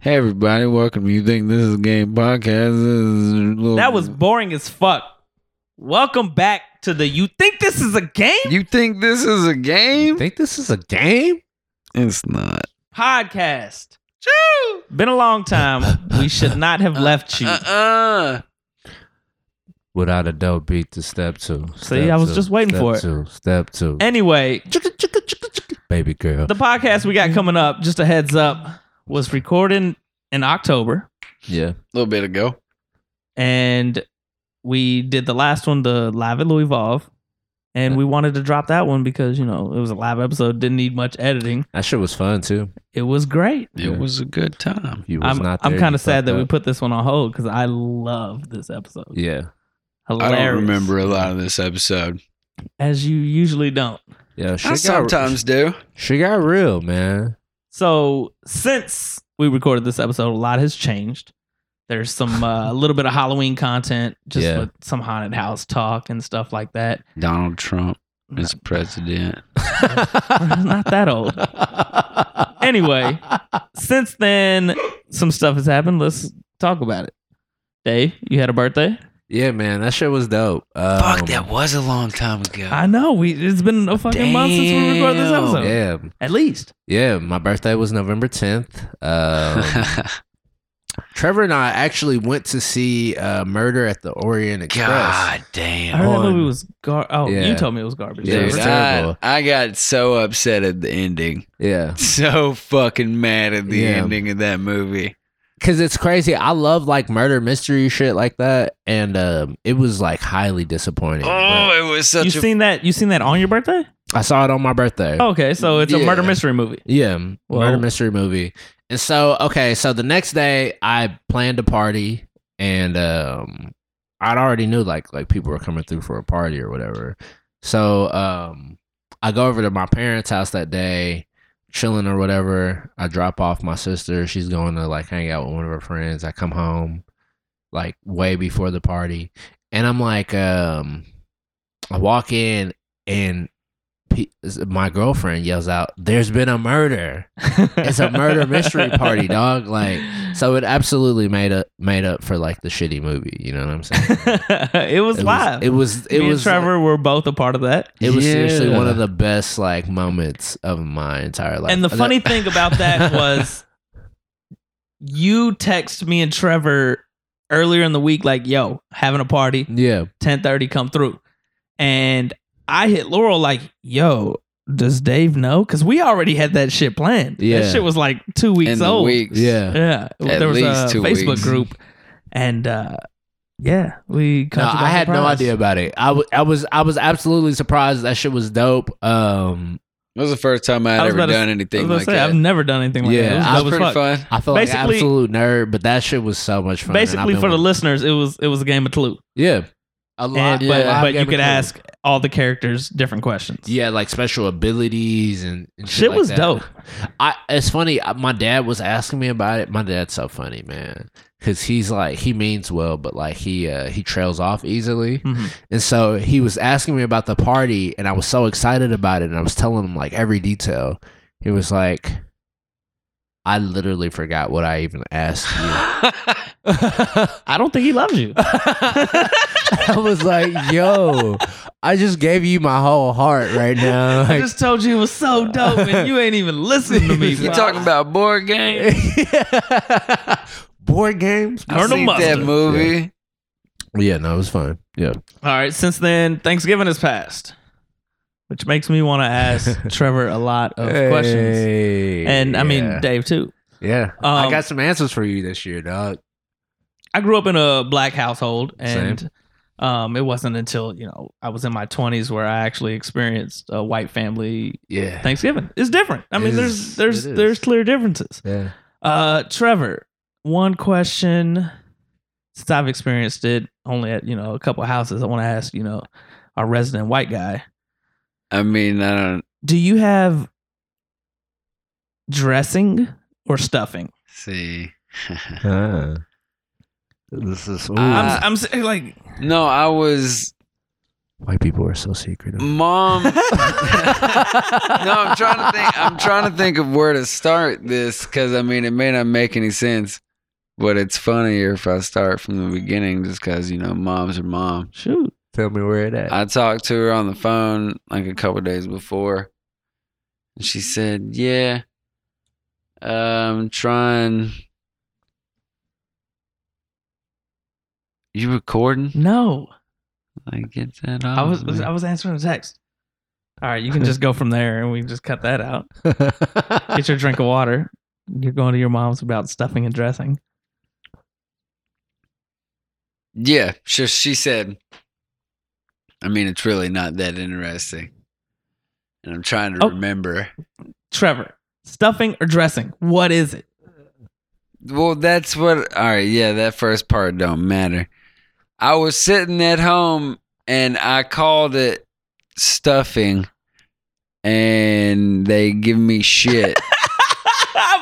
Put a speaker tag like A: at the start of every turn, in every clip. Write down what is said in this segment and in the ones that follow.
A: Hey everybody, welcome. to You think this is a game podcast? This is a little-
B: That was boring as fuck. Welcome back to the You Think This Is a Game
A: You think this is a game?
C: Think this is a game?
A: It's not.
B: podcast. Been a long time. We should not have left you.
A: Uh-uh.
C: Without a doubt, beat to step two. Step
B: See, I was
C: two,
B: just waiting
C: step
B: for it.
C: Two, step two,
B: Anyway,
C: baby girl.
B: the podcast we got coming up, just a heads up, was recorded in October
C: yeah,
A: A little bit ago.
B: and we did the last one, the Live at Louis Vuitton, And we wanted to drop that one because, you know, it was a live episode, didn't need much editing.
C: that shit was fun too.
B: It was great.
A: It
C: Yeah.
A: was a good time.
C: You was
B: I'm,
C: not.
B: I'm
C: there,
B: kind
C: you
B: of sad
C: fucked
B: that we
C: up.
B: put this one on hold because I love this episode.
C: Yeah,
B: Hilarious.
A: I don't remember a lot of this episode.
B: as you usually don't.
C: yeah. She
A: I
C: got,
A: sometimes do.
C: she got real, man.
B: So since we recorded this episode, a lot has changed. There's some uh, a little bit of Halloween content, just
C: Yeah.
B: with some haunted house talk and stuff like that.
A: Donald Trump is president.
B: Not that old. Anyway, since then, some stuff has happened. Let's talk about it. Dave, you had a birthday.
C: yeah, man, that shit was dope. Um,
A: Fuck, that was a long time ago.
B: I know. We it's been a fucking month since we recorded this
A: Damn.
B: episode.
C: Yeah,
B: At least
C: yeah. My birthday was November tenth. Um, Trevor and I actually went to see uh, Murder at the Orient Express.
A: God
B: I
A: damn.
B: heard that
C: On-
B: movie was gar. Oh, you
C: Yeah.
B: told me it was garbage.
C: Yeah, it
A: Dude,
C: was
B: Trevor.
A: I,
C: terrible.
A: I got so upset at the ending.
C: Yeah.
A: So fucking mad at the
C: Yeah.
A: ending of that movie.
C: Cause it's crazy. I love like murder mystery shit like that, and um, it was like highly disappointing.
A: Oh, it was such
B: you
A: a
B: seen that? You seen that on your birthday?
C: but I saw it on my birthday.
B: Oh, Okay, so it's a
C: Yeah.
B: murder mystery movie.
C: Yeah,
B: Well-
C: murder mystery movie. And so, okay, so the next day I planned a party, and um, I'd already knew like like people were coming through for a party or whatever. So um, I go over to my parents' house that day, chilling or whatever. I drop off my sister. She's going to like hang out with one of her friends. I come home like way before the party, and I'm like, um, I walk in and pe- my girlfriend yells out, "There's been a murder! It's a murder mystery party, dog!" Like, so it absolutely made up made up for like the shitty movie. You know what I'm saying?
B: it was
C: It
B: live.
C: Was, it was. It
B: Me
C: was.
B: and Trevor were both a part of that.
C: It was seriously
A: Yeah.
C: one of the best like moments of my entire life.
B: and the
C: That-
B: funny thing about that was you text me and Trevor earlier in the week, like, yo, having a party,
C: yeah,
B: 1030, come through. And I hit Laurel like, yo, does Dave know? Because we already had that shit planned.
C: Yeah.
B: That shit was like two
A: in
B: weeks
A: the
B: old.
A: weeks.
C: yeah.
B: Yeah,
A: At
B: there was
A: least
B: a
A: two
B: Facebook
A: weeks.
B: group, and uh, yeah, we.
C: No,
B: caught you by
C: I had no
B: surprise.
C: idea about it. I, w- I was I was absolutely surprised. That shit was dope. Um,
A: That was the first time I
B: I
A: had
B: was
A: ever
B: about to-
A: done
B: I was
A: anything
B: gonna
A: like
B: say,
A: that.
B: I've never done anything like
C: Yeah,
B: that. It was
C: I
A: That was
B: dope as
A: pretty
B: fuck.
A: fun.
C: I felt like an
B: Basically-
C: absolute nerd, but that shit was so much fun. and I've
B: Basically,
C: been
B: for the
C: wa-
B: listeners, it was it was a game of Tulip,
C: yeah, a
B: and,
C: lot.
A: Yeah.
B: but,
C: live
B: but you
C: game
B: could
C: of-
B: ask all the characters different questions.
C: Yeah, like special abilities and, and shit,
B: shit
C: like
B: was
C: that.
B: dope.
C: I it's funny. I- My dad was asking me about it. My dad's so funny, man, because he's like he means well, but like he uh, he trails off easily.
B: Mhm.
C: And so he was asking me about the party, and I was so excited about it, and I was telling him like every detail. He was like, "I literally forgot what I even asked you."
B: I don't think he loves you.
C: I was like, "Yo, I just gave you my whole heart right now."
B: I
C: Like,
B: just told you it was so dope, and you ain't even listening to me.
C: You
A: you
B: bro.
A: talking about board game?
C: Board games.
A: I
B: Colonel
A: seen that
B: Mustard.
A: movie.
C: Yeah, no, it was fun. Yeah.
B: All right, since then, Thanksgiving has passed, which makes me want to ask Trevor a lot of questions. And I mean, Dave too.
C: yeah,
B: Um,
C: I got some answers for you this year, dog.
B: I grew up in a black household, and um, it wasn't until you know I was in my twenties where I actually experienced a white family
C: Yeah,
B: Thanksgiving. It's different. I
C: It
B: mean,
C: is.
B: there's
C: It
B: there's
C: is.
B: there's clear differences.
C: yeah.
B: Uh, Trevor, one question since I've experienced it only at you know a couple houses, I want to ask you know our resident white guy.
A: I mean, I don't
B: Do you have dressing or stuffing?
A: see.
C: This is
A: Uh,
C: Uh,
D: eh,
B: I'm, I'm s- like
A: no, I was
C: White people are so secretive.
D: Mom. no, I'm trying to think. I'm trying to think of where to start this because I mean it may not make any sense, but it's funnier if I start from the beginning just because you know moms are mom.
B: Shoot.
C: Tell me where it at.
D: I talked to her on the phone like a couple days before, and she said, "Yeah, um, trying." You recording?
B: No.
D: Like get that off.
B: Mm-hmm. I was
D: man.
B: I was answering a text. All right, you can just go from there and we can just cut that out. Get your drink of water. You're going to your mom's about stuffing and dressing.
D: Yeah, sure. She said, I mean, it's really not that interesting. And I'm trying to
B: Oh.
D: remember.
B: Trevor, stuffing or dressing? What is it?
D: Well, that's what. All right. Yeah, that first part don't matter. I was sitting at home and I called it stuffing, and they give me shit.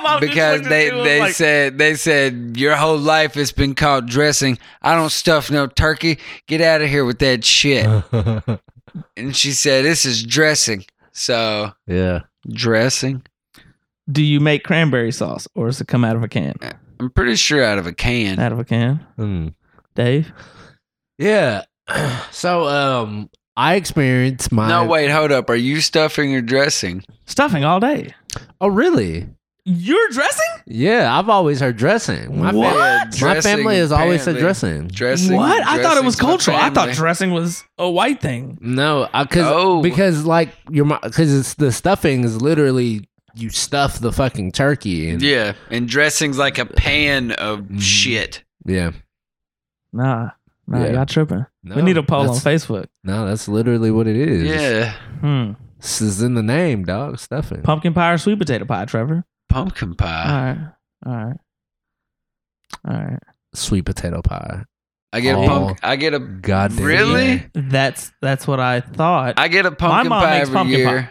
B: Mom just
D: because
B: looked at
D: they
B: you and was
D: they
B: like,
D: said they said your whole life has been called dressing. I don't stuff no turkey. Get out of here with that shit.
C: Uh-huh.
D: and she said this is dressing. So
C: yeah.
D: dressing.
B: Do you make cranberry sauce or does it come out of a can?
D: I'm pretty sure out of a can.
B: Out of a can.
C: Hmm.
B: Dave?
C: Yeah. So um I experienced my
D: No, wait, hold up. Are you stuffing or dressing?
B: Stuffing all day.
C: Oh really?
B: You're dressing?
C: Yeah, I've always heard dressing. My
B: What?
C: fam-
D: Yeah,
C: my family has always said
D: apparently.
C: dressing.
D: Dressing.
B: what? I thought it was
D: dressing's my
B: cultural. I thought
D: family.
B: dressing was a white thing.
C: no, I, cause,
D: Oh.
C: because like your because it's the stuffing is literally you stuff the fucking turkey and
D: yeah, and dressing's like a pan of
C: Mm.
D: shit.
C: yeah.
B: Nah. Nah,
C: Yeah.
B: y'all tripping.
C: No,
B: we need a poll on
C: that's-
B: Facebook.
C: No, that's literally what it is.
D: Yeah,
B: Hmm.
C: This is in the name, dog. Stuffing.
B: Pumpkin pie or sweet potato pie, Trevor?
D: pumpkin
B: All
D: pie.
B: right. All right. All right.
C: Sweet potato pie.
D: I get a
C: Oh.
D: pump. I get a.
C: God damn.
D: Really?
C: yeah.
B: That's that's what I thought.
D: I get a pumpkin
B: mom
D: pie
B: makes
D: every
B: pumpkin
D: year,
B: pie,
D: and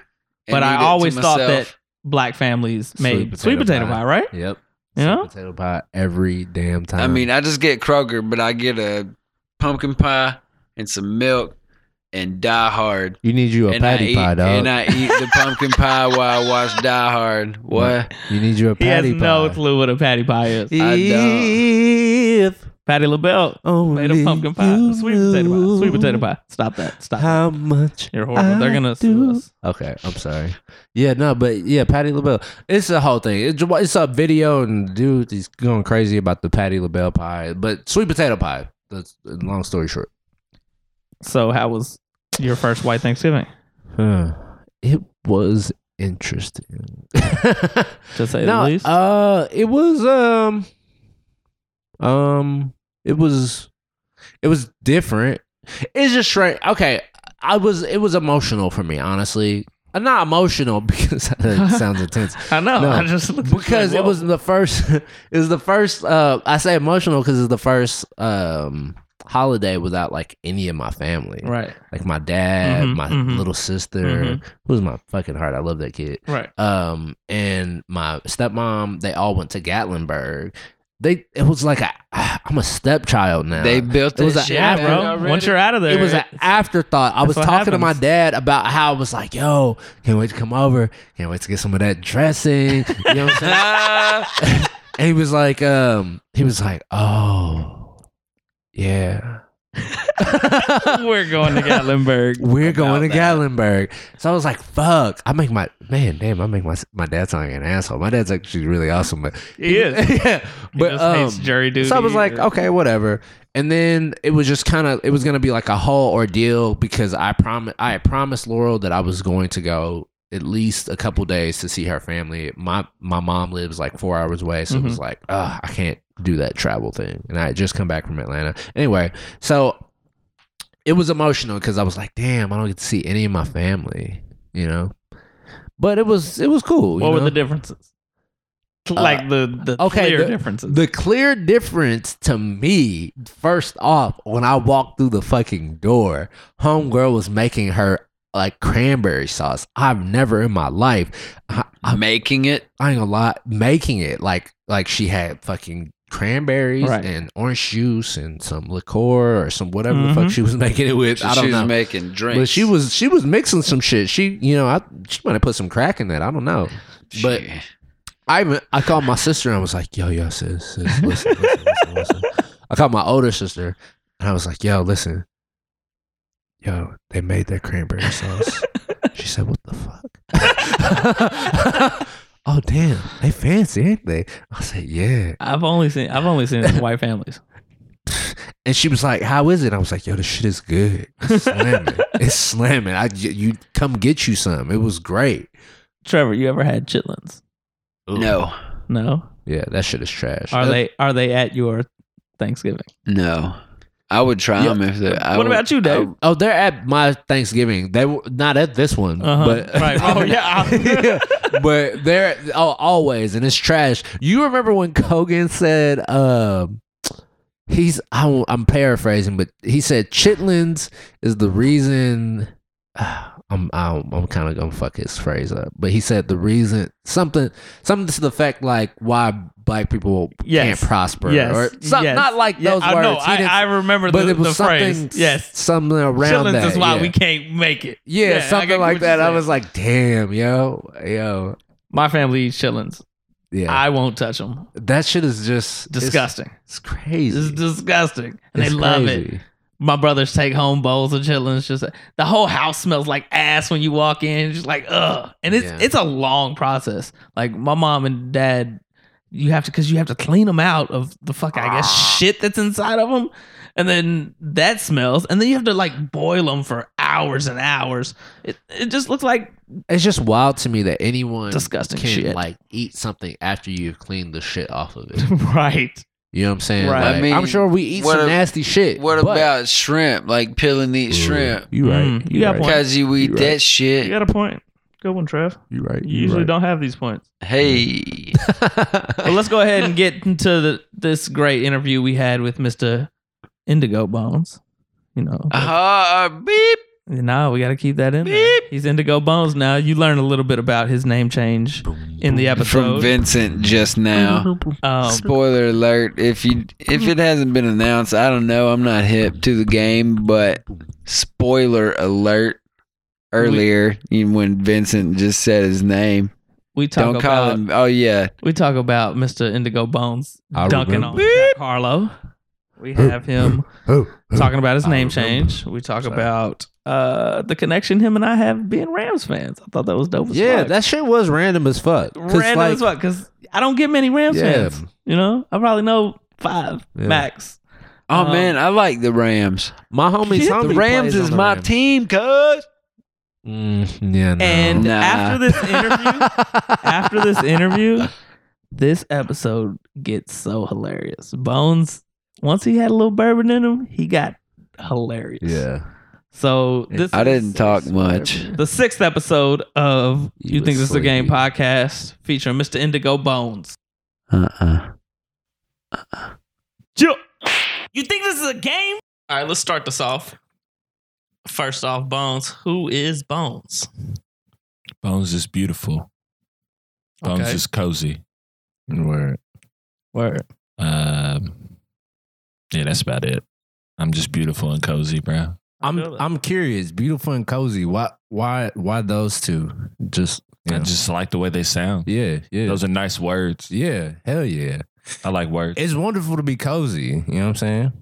B: but I
D: eat it to
B: always thought
D: myself.
B: that black families
C: Sweet
B: made
C: potato
B: sweet potato
C: pie.
B: pie, right?
C: Yep.
B: Yeah.
C: Sweet potato pie every damn time.
D: I mean, I just get Kroger, but I get a pumpkin pie and some milk and Die Hard.
C: you need you a
D: and I
C: patty
D: eat,
C: pie, dog.
D: And I eat the pumpkin pie while I watch Die Hard. What?
C: you need you a
B: He has
C: patty pie.
B: no clue what a patty pie is.
D: I
C: If
B: Patty LaBelle
C: only
B: made a pumpkin pie,
C: you
B: sweet potato pie, sweet
C: knew
B: potato pie. Stop that! Stop. that.
C: How much?
B: You're horrible. They're
C: I
B: gonna sue
C: do.
B: us.
C: Okay, I'm sorry. Yeah, no, but yeah, Patty LaBelle. It's the whole thing. It's, it's a video, and dude, he's going crazy about the Patty LaBelle pie, but sweet potato pie. That's long story short.
B: So, how was your first white Thanksgiving?
C: Huh. It was interesting.
B: To say
C: no,
B: the least.
C: uh, it was um, um, it was, it was different. It's just straight. Okay, I was. It was emotional for me, honestly. Uh, Not emotional because that sounds intense.
B: I know.
C: no,
B: I just looked at you
C: Because
B: like,
C: it was
B: whoa.
C: the first. It was the first. Uh, I say emotional because it's the first um holiday without like any of my family
B: right,
C: like my dad,
B: Mhm,
C: my
B: mhm.
C: little sister,
B: Mhm.
C: who's my fucking heart. I love that kid.
B: right.
C: Um, and my stepmom, they all went to Gatlinburg. They it was like a, I'm a stepchild now.
D: They built
C: It was
D: that
C: a-
D: shit
B: Yeah,
D: back
B: bro.
D: already.
B: Once you're out of there,
C: it was an afterthought. I was
B: what
C: talking to my
B: happens.
C: dad about how I was like, "Yo, can't wait to come over. Can't wait to get some of that dressing." You know what I'm saying?
D: Ah,
C: and he was like, um, he was like, "Oh, yeah."
B: we're going to Gatlinburg.
C: We're
D: about
C: going to
D: that.
C: Gatlinburg. So I was like, fuck. I make my man, damn, I make my my dad sound like an asshole. My dad's actually really awesome, but
B: He is.
C: yeah. But
B: he just
C: um,
B: hates jury duty.
C: so I was like,
B: or-
C: okay, whatever. And then it was just kind of it was gonna be like a whole ordeal because I promised I had promised Laurel that I was going to go at least a couple days to see her family. My my mom lives like four hours away, so
B: Mm-hmm.
C: it was like, Ugh, I can't do that travel thing. And I had just come back from Atlanta. Anyway, so it was emotional because I was like, damn, I don't get to see any of my family, you know. But it was it was cool. you
B: what were
C: know? Uh,
B: the differences? Like the the
C: okay,
B: clear
C: the-
B: differences.
C: The clear difference to me, first off, when I walked through the fucking door, homegirl was making her like cranberry sauce. I've never in my life, I, I,
D: making it.
C: I ain't gonna lie, making it like like she had fucking cranberries
B: Right.
C: and orange juice and some liqueur or some whatever the fuck
B: Mhm.
C: she was making it with. I
D: she
C: don't
D: was
C: know.
D: making drinks.
C: But she was she was mixing some shit. She you know I she might have put some crack in that. I don't know. but-
D: Shit.
C: I even- I called my sister and I was like, yo, yo, sis, sis listen, listen, listen, listen. I called my older sister and I was like, yo, listen. Yo, they made that cranberry sauce. she said, what the fuck? oh, damn. They fancy, ain't they? I said, yeah.
B: I've only seen I've only seen it in white families.
C: And she was like, how is it? I was like, yo, this shit is good. It's slamming. it's slamming. I, you, you come get you some. It was great.
B: Trevor, you ever had chitlins?
D: no,
B: No.
C: Yeah, that shit is trash. Uh,
B: Are
C: That-
B: they are they at your Thanksgiving?
D: no. I would try
C: Yeah.
D: them if they. I
B: what
D: would-
B: about you, Dave?
C: Oh, they're at my Thanksgiving. They were not at this one,
B: Uh-huh.
C: but
B: Right. Oh, yeah.
C: Yeah. But they're oh, always, and it's trash. You remember when Kogan said, um, "He's I, won't- I'm paraphrasing, but he said chitlins is the reason." I'm I'm, I'm kind of gonna fuck his phrase up, but he said the reason something something to the fact like why black people
B: Yes.
C: can't prosper
B: Yes.
C: or some,
B: Yes.
C: not like
B: Yeah,
C: those
B: I
C: words.
B: know.
C: He
B: I,
C: didn't-
B: I remember
C: but
B: the,
C: it was
B: the
C: something
B: phrase. Yes.
C: something around
B: Chillings
C: that.
B: is why
C: yeah.
B: we can't make it.
C: Yeah,
B: Yeah, I get
C: something
B: what
C: like
B: you
C: that. I
B: said.
C: was like, damn, yo, yo,
B: My family eats chillins.
C: yeah.
B: I won't touch them.
C: that shit is just it's-
B: Disgusting.
C: It's, crazy.
B: It's disgusting. And they love it. My brothers take home bowls of chillins. Just the whole house smells like ass when you walk in. Just like ugh. And it's
C: Yeah.
B: it's a long process. Like my mom and dad, you have to because you have to clean them out of the fuck I guess
C: Ah.
B: shit that's inside of them, and then that smells, and then you have to like boil them for hours and hours. It it just looks like
C: It's just wild to me that anyone
B: disgusting
C: can
B: shit.
C: like eat something after you've cleaned the shit off of it.
B: right.
C: You know what I'm saying?
B: Right.
C: Like,
B: I
C: I
D: mean,
C: am sure we eat
D: what
C: some
D: a-
C: nasty shit.
D: What
C: but-
D: about shrimp? Like peel and eat
C: Ooh,
D: shrimp.
C: You right?
B: Mm, you
C: you
B: got
C: right.
B: point.
D: Cause you eat
C: You right.
D: that shit.
B: You got a point. Good one, Trev.
C: You right?
B: You usually don't have these points.
D: Hey,
B: But let's go ahead and get into the, this great interview we had with Mr. Indigo Bones. You know,
D: uh, beep.
B: now we got to keep that in. There. He's Indigo Bones now. You learned a little bit about his name change in the
D: From
B: episode.
D: Vincent just now.
B: um,
D: Spoiler alert! If you if it hasn't been announced, I don't know. I'm not hip to the game, but spoiler alert! Earlier, even when Vincent just said his name,
B: we talk
D: don't call
B: about
D: him. Oh yeah,
B: we talk about Mr. Indigo Bones
C: I
B: dunking on
C: remember.
B: Jack Harlow. We have him
C: Oh.
B: talking about his
C: I
B: name
C: remember.
B: change. We talk
C: Sorry.
B: about uh, the connection him and I have being Rams fans. I thought that was dope. As
C: Yeah,
B: fuck.
C: that shit was random as fuck. 'Cause,
B: random
C: like,
B: as fuck because I don't get many Rams
C: Yeah.
B: fans. You know, I probably know five
C: Yeah.
B: max.
D: oh
B: Um,
D: man, I like the Rams.
C: My homie's
B: Shit,
C: homie
D: The
C: plays
D: Rams
C: on
D: is
C: the
D: my
C: Rams.
D: team, cuz.
C: Mm, yeah, no.
B: And
D: Nah.
B: after this interview, after this interview, this episode gets so hilarious. Bones, once he had a little bourbon in him, he got hilarious.
C: yeah.
B: So this
D: I
B: is
D: didn't talk much.
B: the sixth episode of
C: You
B: You, Think
C: was
B: This Is a Game
C: sleepy.
B: podcast featuring Mr. Indigo Bones.
D: Uh uh
B: Ju- You think this is a game? All right, let's start this off. First off, Bones. Who is Bones?
E: Bones is beautiful. Bones
B: Okay.
E: is cozy. And we're
B: Word.
E: um Yeah, that's about it. I'm just beautiful and cozy, bro.
C: I'm
B: feel that.
C: I'm curious. Beautiful and cozy. Why why why those two? Just you
E: I
C: know.
E: just like the way they sound.
C: yeah yeah
E: Those are nice words.
C: yeah hell yeah.
E: I like words.
C: It's wonderful to be cozy. You know what I'm saying?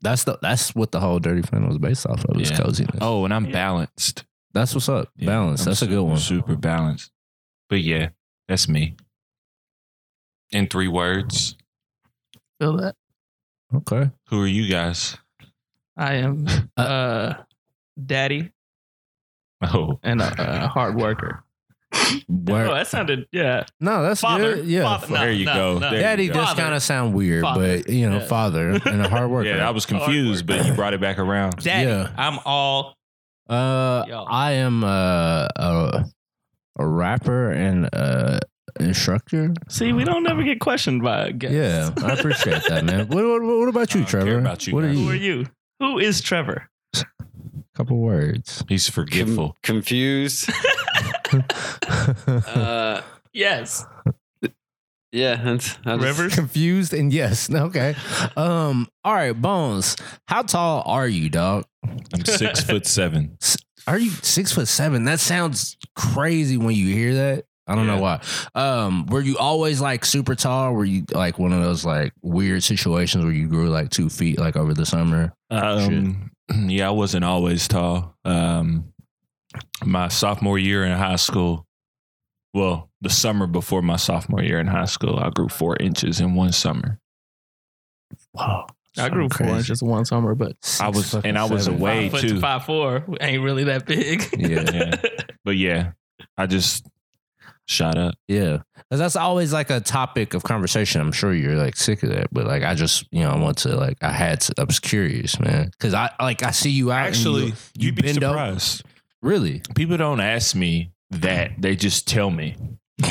C: That's the that's what the whole Dirty Fan was based off of. Is
E: Yeah.
C: coziness.
E: Oh, and I'm
B: Yeah.
E: balanced.
C: that's what's up.
E: Yeah,
C: Balance.
E: I'm
C: that's a
E: su-
C: good one.
E: Super balanced. But yeah, that's me. In three words.
B: Feel that?
C: Okay.
E: Who are you guys?
B: I am uh, daddy
E: Oh.
B: and a, a hard worker.
C: Where-
B: Oh, that sounded yeah.
C: no, that's
B: Father.
C: good. Yeah.
B: Father.
C: fa-
B: No,
E: There you
B: no,
E: go.
B: no.
E: There you
C: Daddy
E: go.
C: does kind of sound weird,
B: Father.
C: but you know,
B: Yeah.
C: father and a hard worker.
E: Yeah, I was confused, but you brought it back around.
B: Daddy.
C: Yeah.
B: I'm all
C: Uh,
B: Yo.
C: I am uh, a a rapper and uh instructor.
B: See, we don't never get questioned by guests.
C: Yeah, I appreciate that, man. What, what, what about
E: I
C: you,
E: don't care
C: Trevor?
E: about you
C: what
E: guys.
B: Who are you? Who is Trevor?
C: Couple words.
E: He's forgetful.
D: confused. uh,
B: Yes.
D: Yeah, that's I just-
B: Rivers?
C: Confused and yes. Okay. Um. All right, Bones. How tall are you, dog?
E: I'm six foot seven.
C: Are you six foot seven? That sounds crazy when you hear that. I don't know why. Um, were you always like super tall? Were you like one of those like weird situations where you grew like two feet like over the summer?
E: Um, yeah, I wasn't always tall. Um, my sophomore year in high school, well, the summer before my sophomore year in high school, I grew four inches in one summer.
C: Wow.
B: I grew four inches one summer, but
E: I was- and I was away. Way
B: five foot
E: too.
B: to five four ain't really that big.
C: Yeah.
E: Yeah. But yeah, I just shot up.
C: Yeah. 'Cause that's always like a topic of conversation. I'm sure you're like sick of that, but like I just, you know, I want to like, I had to, I was curious, man. Cause I like, I see you out. and you-
E: Actually, you'd be
C: bend up-
E: surprised.
C: really?
E: People don't ask me that; they just tell me.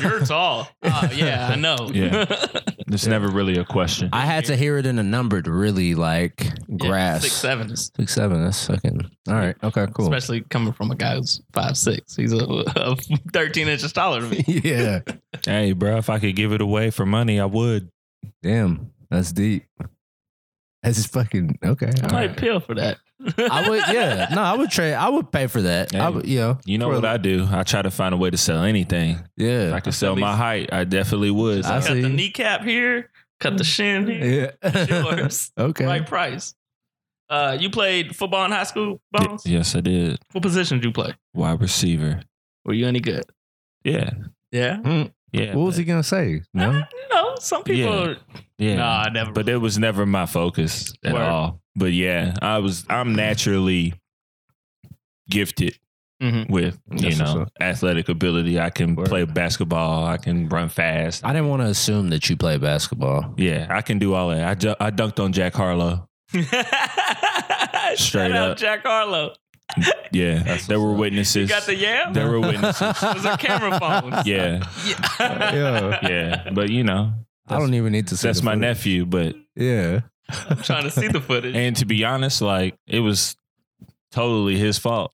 B: You're tall. Oh yeah, I know.
E: Yeah. It's never really a question.
C: I had to hear it in a number to really like grasp.
B: Six sevens.
C: Six, seven. That's fucking, all right. Okay, cool.
B: Especially coming from a guy who's five six. He's a, a thirteen inches taller than me.
C: yeah.
E: hey, bro, if I could give it away for money, I would.
C: Damn. That's deep. That's just fucking, okay.
B: I
C: all
B: might
C: right.
B: pill for that.
C: I would, yeah. No, I would trade, I would pay for that. I
E: Hey.
C: would, you know,
E: You know
C: For-
E: what I do? I try to find a way to sell anything. If I
C: yeah.
E: could sell
B: At
E: my
B: least-
E: height, I definitely would.
C: I
B: cut
C: see.
B: the kneecap here. Cut the shin here. It's
C: Yeah.
B: yours.
C: okay.
B: Right price. Uh, you played football in high school, Bones?
E: yes, I did.
B: What position did you play?
E: Wide receiver.
B: Were you any good?
E: Yeah,
B: Yeah.
E: yeah.
C: What was he going to say? No.
B: Uh, you know, some people.
E: Yeah.
B: Are,
E: Yeah,
B: Nah, I never.
E: but it was never my focus at
B: Word.
E: all. But yeah, I was. I'm naturally gifted
C: Mm-hmm.
B: Mhm.
E: with you
C: That's what's
E: know
C: up.
E: athletic ability. I can
C: Word.
E: play basketball. I can run fast.
C: I didn't want to assume that you play basketball.
E: yeah, I can do all that. I, ju- I dunked on Jack Harlow.
B: Shout
E: Straight
B: out
E: up.
B: Jack Harlow.
E: Yeah,
C: That's
E: there
C: what's
E: were
C: up.
B: You
E: witnesses.
B: got the yam?
E: There were witnesses.
B: Those are camera phones.
E: yeah,
B: Yeah.
C: Yeah.
E: yeah. But you know,
C: I don't even need to say
E: that's
C: the
E: my
C: food.
E: nephew. But
C: Yeah.
B: I'm trying to see the footage.
E: and to be honest, like it was totally his fault.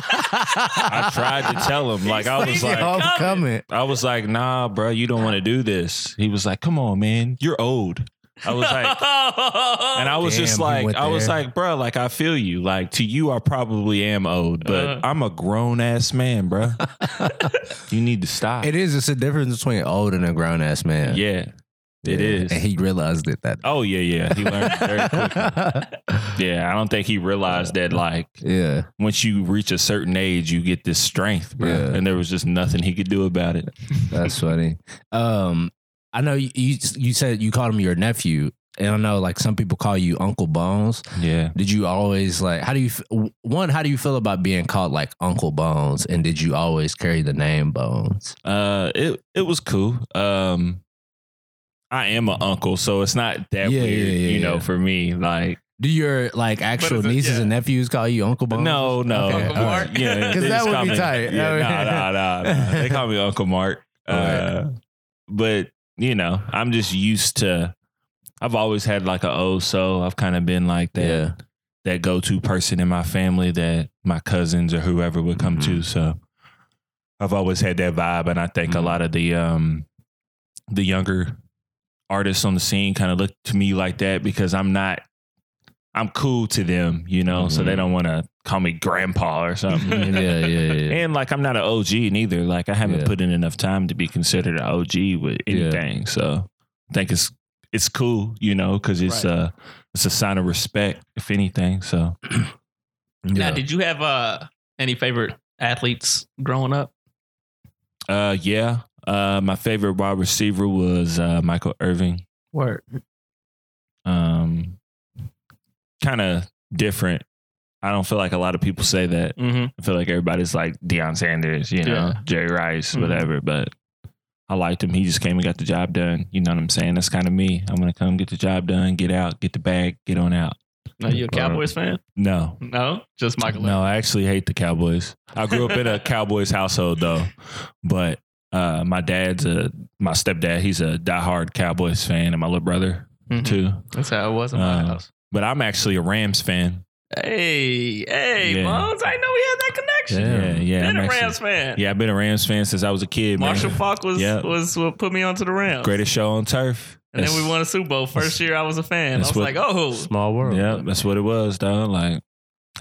E: I tried to tell him. Like I was
B: He's
E: like,
B: like,
C: Oh, coming.
E: I was like, nah, bro, you don't want to do this. He was like, come on, man, you're old. I was like, and I was
C: Damn,
E: just
C: he
E: like,
C: went
E: I was
C: there.
E: like, bro, like I feel you. Like to you, I probably am old, but
B: Uh.
E: I'm a grown ass man, bro. you need to stop.
C: It is. It's a difference between old and a grown ass man.
E: Yeah, it
C: Yeah.
E: is.
C: And he realized it that.
E: oh yeah, yeah. He learned very quickly. Yeah, I don't think he realized that like
C: yeah.
E: once you reach a certain age, you get this strength, bro.
C: Yeah.
E: And there was just nothing he could do about it.
C: That's funny. Um, I know you, you. You said you called him your nephew, and I know like some people call you Uncle Bones.
E: Yeah.
C: Did you always like? How do you? f- One, how do you feel about being called like Uncle Bones? And did you always carry the name Bones?
E: Uh, it it was cool. Um, I am an uncle, so it's not that
C: Yeah,
E: weird,
C: yeah, yeah,
E: you know,
C: yeah.
E: for me. Like,
C: Do your like actual
B: is it?
C: nieces
B: Yeah.
C: and nephews call you Uncle Bones?
E: no, no, Uh,
C: Okay,
B: Uncle all Mark? right.
E: yeah,
B: Because
E: they
C: that
E: just
C: would
E: call
C: be
E: me-
C: tight.
E: Yeah,
C: I mean-
E: nah, nah, nah. They call me Uncle Mark. Uh, but you know, I'm just used to. I've always had like a oh, so I've kind of been like that.
C: Yeah.
E: That go to person in my family that my cousins or whoever would come
C: Mm-hmm.
E: to. So I've always had that vibe. And I think a
C: Mhm.
E: lot of the um the younger artists on the scene kind of look to me like that because I'm not I'm cool to them, you know, so they
C: Mhm.
E: don't want to call me grandpa or something. you
C: yeah,
E: know?
C: Mm, yeah, yeah, yeah.
E: And like I'm not an OG neither. Like I haven't
C: Yeah.
E: put in enough time to be considered an OG with
C: Yeah.
E: anything. So I think it's it's cool, you know, because it's
B: Right.
E: uh it's a sign of respect, if anything. So
B: Now, did you have uh, any favorite athletes growing up?
E: uh yeah. Uh my favorite wide receiver was uh Michael Irving.
B: Word.
E: Um kind of different. I don't feel like a lot of people say that.
B: Mm-hmm.
E: I feel like everybody's like Deion Sanders, you know, Jerry Rice,
B: Mhm.
E: whatever. But I liked him. He just came and got the job done. You know what I'm saying? That's kind of me. I'm gonna come get the job done, get out, get the bag, get on out.
B: Are you a Cowboys fan?
E: No.
B: No, just Michael.
E: No, I actually hate the Cowboys. I grew up in a Cowboys household though, but uh, my dad's a my stepdad. He's a diehard Cowboys fan, and my little brother
B: Mhm.
E: too.
B: That's how it was in my
E: Uh,
B: house.
E: But I'm actually a Rams fan.
B: Hey, hey,
E: Yeah.
B: Bones, I know we had that connection.
E: Yeah, yeah,
B: Been
E: I'm
B: a
E: actually-
B: Rams fan.
E: Yeah, I've been a Rams fan since I was a kid. man.
B: Marshall Falk was
E: Yeah.
B: was what put me onto the Rams.
E: Greatest show on turf.
B: And then
E: That's-
B: we won a Super Bowl. First year I was a fan. I
E: that's
B: was like,
E: what-
B: oh,
C: Small world.
E: Yeah, that's what it was, dog. Like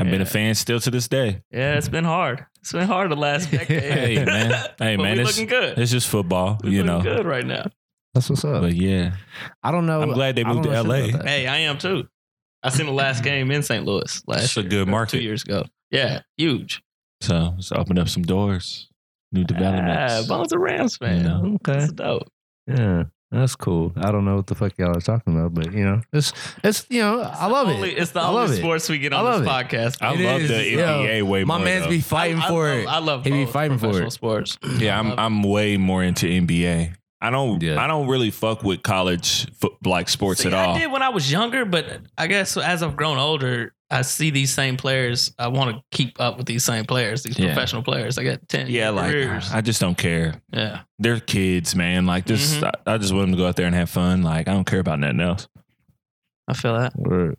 E: I've been
B: Yeah.
E: a fan still to this day.
B: yeah, it's been hard. It's been hard the last decade.
E: Hey, man. Hey,
B: but
E: man,
B: we
E: it's-
B: looking good.
E: It's just football,
B: we
E: you
B: looking
E: know.
B: good right now.
C: That's what's up.
E: But yeah,
C: I don't know.
E: I'm glad they
C: Oh, I don't
E: moved to
C: know shit
E: LA.
C: about that.
B: Hey, I am too. I seen the last game in St. Louis last
E: It's a
B: year,
E: good
B: or
E: market.
B: two years ago. Yeah, huge.
E: so it's opened up some doors, new
B: Ah,
E: developments.
B: Bones a Rams fan.
E: You know.
C: Oh, Okay.
B: That's dope.
C: Yeah. That's cool. I don't know what the fuck y'all are talking about, but you know, it's it's you know, I love
B: Only-
C: it.
B: It's the
C: I love
B: only
C: it.
B: sports we get
C: I
B: on this
C: love
B: podcast.
E: I
C: It
E: love
C: is,
E: the
C: yo.
E: NBA way
F: My
E: more.
F: man's
E: though.
F: be fighting
B: I- I
F: for
B: love-
F: it.
B: I love
C: He be
B: both
C: fighting for
B: professional
C: it.
B: sports.
E: yeah, I'm I'm way more into NBA. I don't
C: Yeah.
E: I don't really fuck with college fo- like sports
B: See,
E: at all.
B: I did when I was younger, but I guess as I've grown older, I see these same players. I want to keep up with these same players, these
E: Yeah.
B: professional players. I got ten.
E: Yeah, like
B: careers.
E: I just don't care.
B: yeah,
E: They're kids, man. Like this,
B: Mhm.
E: I, I just want them to go out there and have fun. Like I don't care about nothing else.
B: I feel that.
C: Word.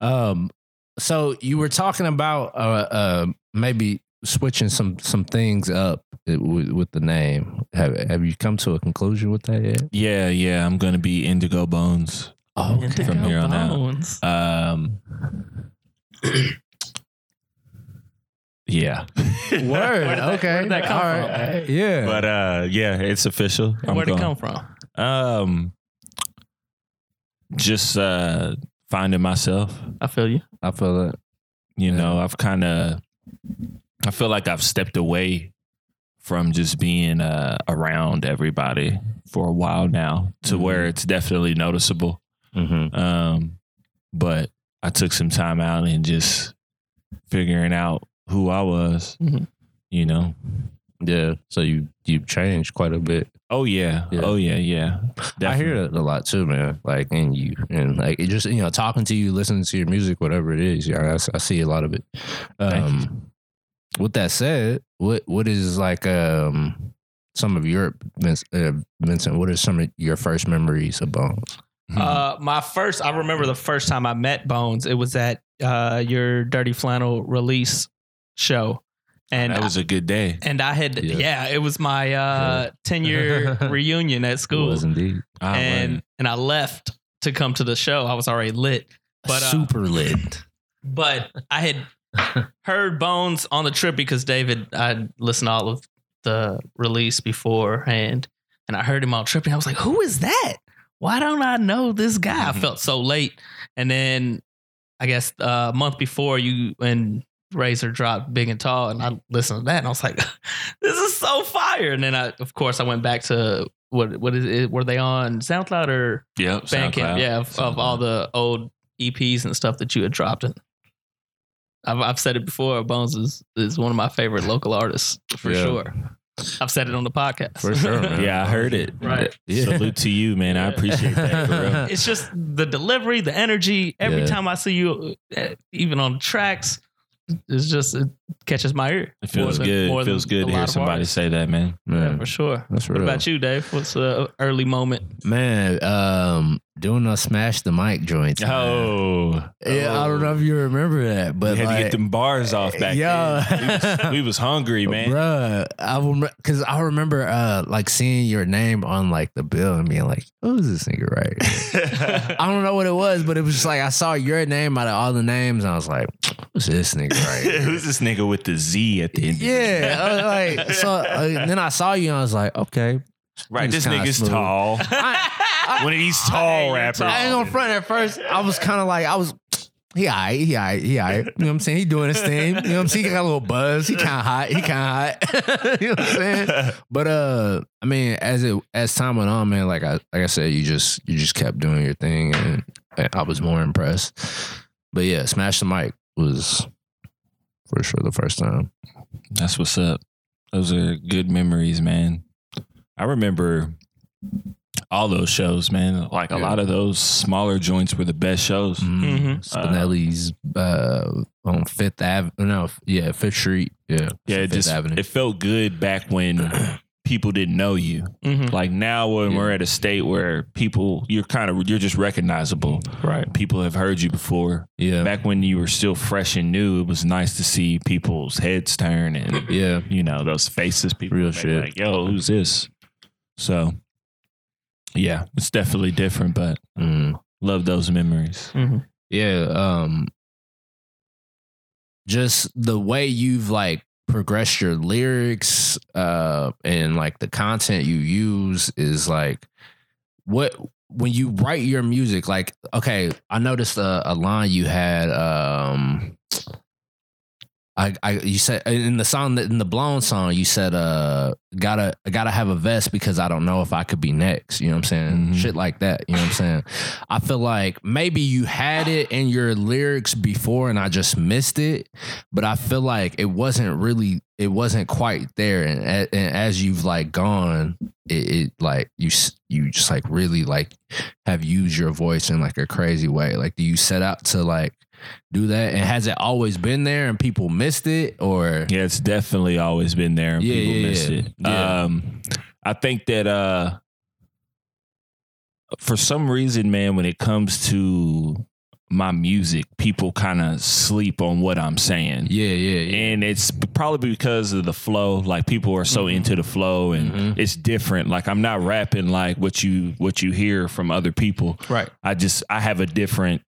C: Um, so you were talking about uh, uh maybe switching some some things up with, with the name. Have Have you come to a conclusion with that yet?
E: Yeah, yeah. I'm gonna be Indigo Bones.
C: Oh,
E: From here on out.
B: Bones.
E: Um, yeah.
C: word.
B: that-
C: okay.
B: where did that come
C: All
B: from?
C: right. Yeah.
E: But uh, yeah, it's official. I'm
B: Where'd it
E: going.
B: come from?
E: Um, just uh, finding myself.
B: I feel you.
C: I feel that.
E: You
C: Yeah.
E: know, I've kind of, I feel like I've stepped away from just being uh, around everybody for a while now to
C: Mhm.
E: where it's definitely noticeable.
C: Mm-hmm.
E: Um, but I took some time out and just figuring out who I was.
B: Mhm.
E: You know.
C: Yeah. So you you changed quite a bit.
E: Oh yeah.
C: Yeah.
E: Oh yeah. Yeah.
C: I hear it a lot too, man. Like in you and like it just you know talking to you, listening to your music, whatever it is. Yeah, I, s- I see a lot of it.
E: Thank you.
C: Um, with that said, what what is like um some of your Vince, uh, Vincent? What are some of your first memories of Bones?
E: Hmm.
B: Uh, my first, I remember the first time I met Bones. It was at uh, your Dirty Flannel release show, and
E: Oh, that was a good day.
B: and I had
C: Yeah.
B: yeah, it was my uh, ten year reunion at school,
C: was indeed
E: I
B: and
E: wasn't-
B: and I left to come to the show. I was already lit, But, uh,
C: super lit.
B: but I had heard Bones on the trip because David, I listened to all of the release beforehand, and I heard him on trip, and I was like, "Who is that? Why don't I know this guy?" I felt so late, and then I guess uh, a month before you and Razor dropped Big and Tall, and I listened to that, and I was like, "This is so fire!" And then I, of course, I went back to. What what is it? Were they on SoundCloud or
E: yep,
B: Bandcamp? Yeah, of, of all the old EPs and stuff that you had dropped. And I've, I've said it before. Bones is, is one of my favorite local artists for
C: Yeah.
B: sure. I've said it on the podcast
C: For sure, man.
E: Yeah, I heard it.
B: Right.
C: Yeah.
E: Salute to you, man. I
B: Yeah.
E: appreciate that. For real.
B: it's just the delivery, the energy. Every
C: Yeah.
B: time I see you, uh, even on tracks, it's just it catches my ear.
E: It feels
B: More than-
E: good.
B: more
E: It feels
B: than
E: good
B: a
E: to
B: lot
E: hear
B: of
E: somebody
B: artists.
E: say that, man.
B: Yeah,
C: man.
B: for sure.
C: That's real.
B: What about you, Dave? What's the early moment?
C: man? Um, doing a smash the mic joints. man.
E: Oh,
C: Yeah, I don't know if you remember that,
E: We
C: but
E: had
C: like,
E: to get them bars off back
C: Yeah.
E: then. We was, we was hungry, man.
C: Bruh, I remember because I remember uh like seeing your name on like the bill and being like, who's this nigga right? here?" I don't know what it was, but it was just like I saw your name out of all the names, and I was like, who's this nigga right? here?"
E: Who's this nigga with the Z at the end?
C: yeah, I was like so. uh, and then I saw you, and I was like, okay.
E: Right,
C: He's
E: this
C: kinda
E: nigga's
C: smooth.
E: tall.
C: I-
E: One of these tall rappers.
C: I ain't gonna front at first. I was kind of like, I was, he all right, he all right, he all right. You know what I'm saying? He doing his thing. You know what I'm saying? He got a little buzz. He kind of hot. He kind of hot. you know what I'm saying? But uh, I mean, as it as time went on, man, like I like I said, you just you just kept doing your thing, and and I was more impressed. But yeah, smash the mic was for sure the first time.
E: That's what's up. Those are good memories, man. I remember all those shows, man. Like a
C: Yeah.
E: lot of those smaller joints were the best shows.
B: Mhm.
C: Mm-hmm. Spinelli's uh, on Fifth Avenue. No, yeah, Fifth Street. Yeah,
E: Yeah, it
C: Fifth
E: just
C: Avenue.
E: it felt good back when people didn't know you.
B: Mhm.
E: Like now, when we're at a state where people, you're kind of you're just recognizable.
B: Right.
E: People have heard you before.
C: Yeah.
E: Back when you were still fresh and new, it was nice to see people's heads turn and
C: yeah.
E: you know those faces. People
C: Real
E: they
C: shit.
E: Like, yo, who's this? So, yeah, it's definitely different, but
C: Mm.
E: love those memories.
C: Yeah. Um just the way you've like progressed your lyrics uh and like the content you use is like what when you write your music, like okay, I noticed a, a line you had um I, I you said in the song that in the blown song you said uh gotta gotta have a vest because I don't know if I could be next. You know what I'm saying?
E: Mhm.
C: Shit like that. You know what I'm saying? I feel like maybe you had it in your lyrics before and I just missed it, but I feel like it wasn't really it wasn't quite there. And, a- and as you've like gone, it, it like you s- you just like really like have used your voice in like a crazy way. Like do you set out to like do that? And has it always been there and people missed it or
E: Yeah, it's definitely always been there and
C: Yeah,
E: people
C: yeah,
E: miss
C: yeah.
E: it.
C: Yeah.
E: Um I think that uh for some reason, man, when it comes to my music, people kind of sleep on what I'm saying.
C: yeah, yeah, yeah.
E: And it's probably because of the flow. Like people are so
C: Mm-hmm.
B: Mhm.
E: into the flow and
C: Mhm.
E: it's different. Like I'm not rapping like what you what you hear from other people.
B: Right.
E: I just I have a different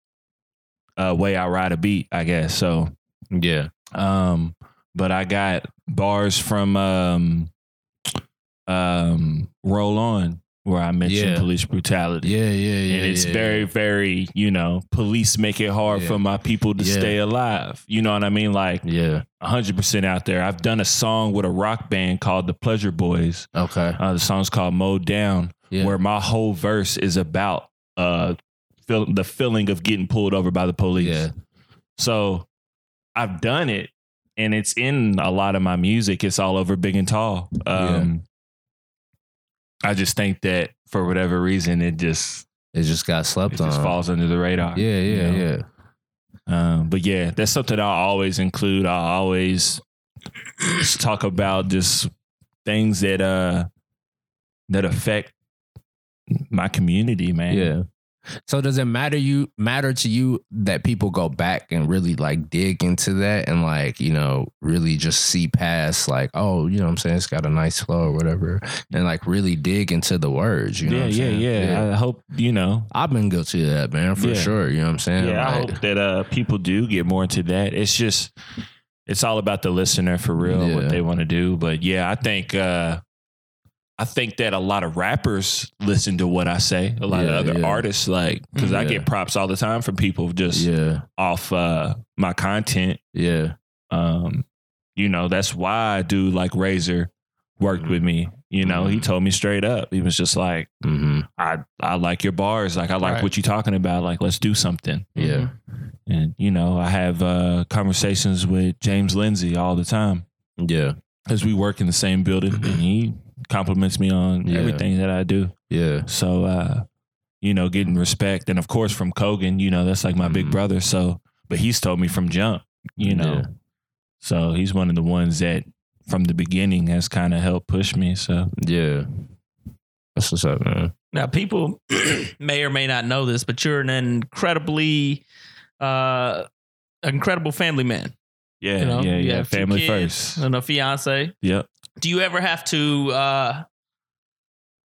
E: uh way I ride a beat, I guess. So
C: Yeah.
E: um, but I got bars from um, um, Roll On, where I mentioned
C: Yeah.
E: police brutality.
C: Yeah, yeah, yeah.
E: and it's
C: yeah,
E: very, very, you know, police make it hard
C: Yeah.
E: for my people to
C: Yeah.
E: stay alive. You know what I mean? Like
C: Yeah.
E: 100% out there. I've done a song with a rock band called The Pleasure Boys.
C: Okay.
E: Uh, the song's called Mowed Down,
C: Yeah.
E: where my whole verse is about uh, feel, the feeling of getting pulled over by the police.
C: Yeah.
E: So I've done it and it's in a lot of my music. It's all over big and tall. Um, I just think that for whatever reason, it just,
C: It just got
E: it
C: slept on.
E: just falls under the radar.
C: Yeah,
E: you
C: yeah,
E: know?
C: yeah.
E: Um, but yeah, that's something I always include. I always talk about just things that, uh, that affect my community, man.
C: Yeah. So does it matter you matter to you that people go back and really like dig into that and like, you know, really just see past like, oh, you know what I'm saying, it's got a nice flow or whatever. And like really dig into the words, you know.
E: yeah,
C: what I'm
E: yeah,
C: saying?
E: yeah, I hope, you know,
C: I've been guilty of that, man, for
E: Yeah.
C: sure. You know what I'm saying?
E: Yeah, I
C: Like,
E: hope that uh, people do get more into that. It's just, it's all about the listener for real, and
C: Yeah.
E: what they want to do. But yeah, I think, uh, I think that a lot of rappers listen to what I say. A lot
C: Yeah,
E: of other
C: yeah.
E: artists, like, because I
C: Yeah.
E: get props all the time from people just
C: yeah,
E: off uh, my content.
C: yeah,
E: Um, you know, that's why I do like Razor worked with me. You know, he
C: Mhm.
E: told me straight up. He was just like,
C: hmm
E: I, I like your bars. Like, I like
B: Right.
E: what you're talking about. Like, let's do something.
B: Mm-hmm.
C: yeah,
E: And you know, I have uh, conversations with James Lindsay all the time
C: yeah,
E: because we work in the same building, and he compliments me on
C: Yeah.
E: everything that I do.
C: yeah,
E: So, uh, you know, getting respect, and of course from Kogan, you know, that's like my big
C: Mhm.
E: brother. So, but he's told me from jump, you know,
C: Yeah.
E: so he's one of the ones that from the beginning has kind of helped push me. So,
C: yeah. That's what's up, man.
B: Now, people may or may not know this, but you're an incredibly, uh, incredible family man.
E: yeah,
B: you know?
E: yeah,
B: You
E: yeah,
B: have two
E: family
B: kids um,
E: first.
B: and a fiance.
E: Yep.
B: Do you ever have to? uh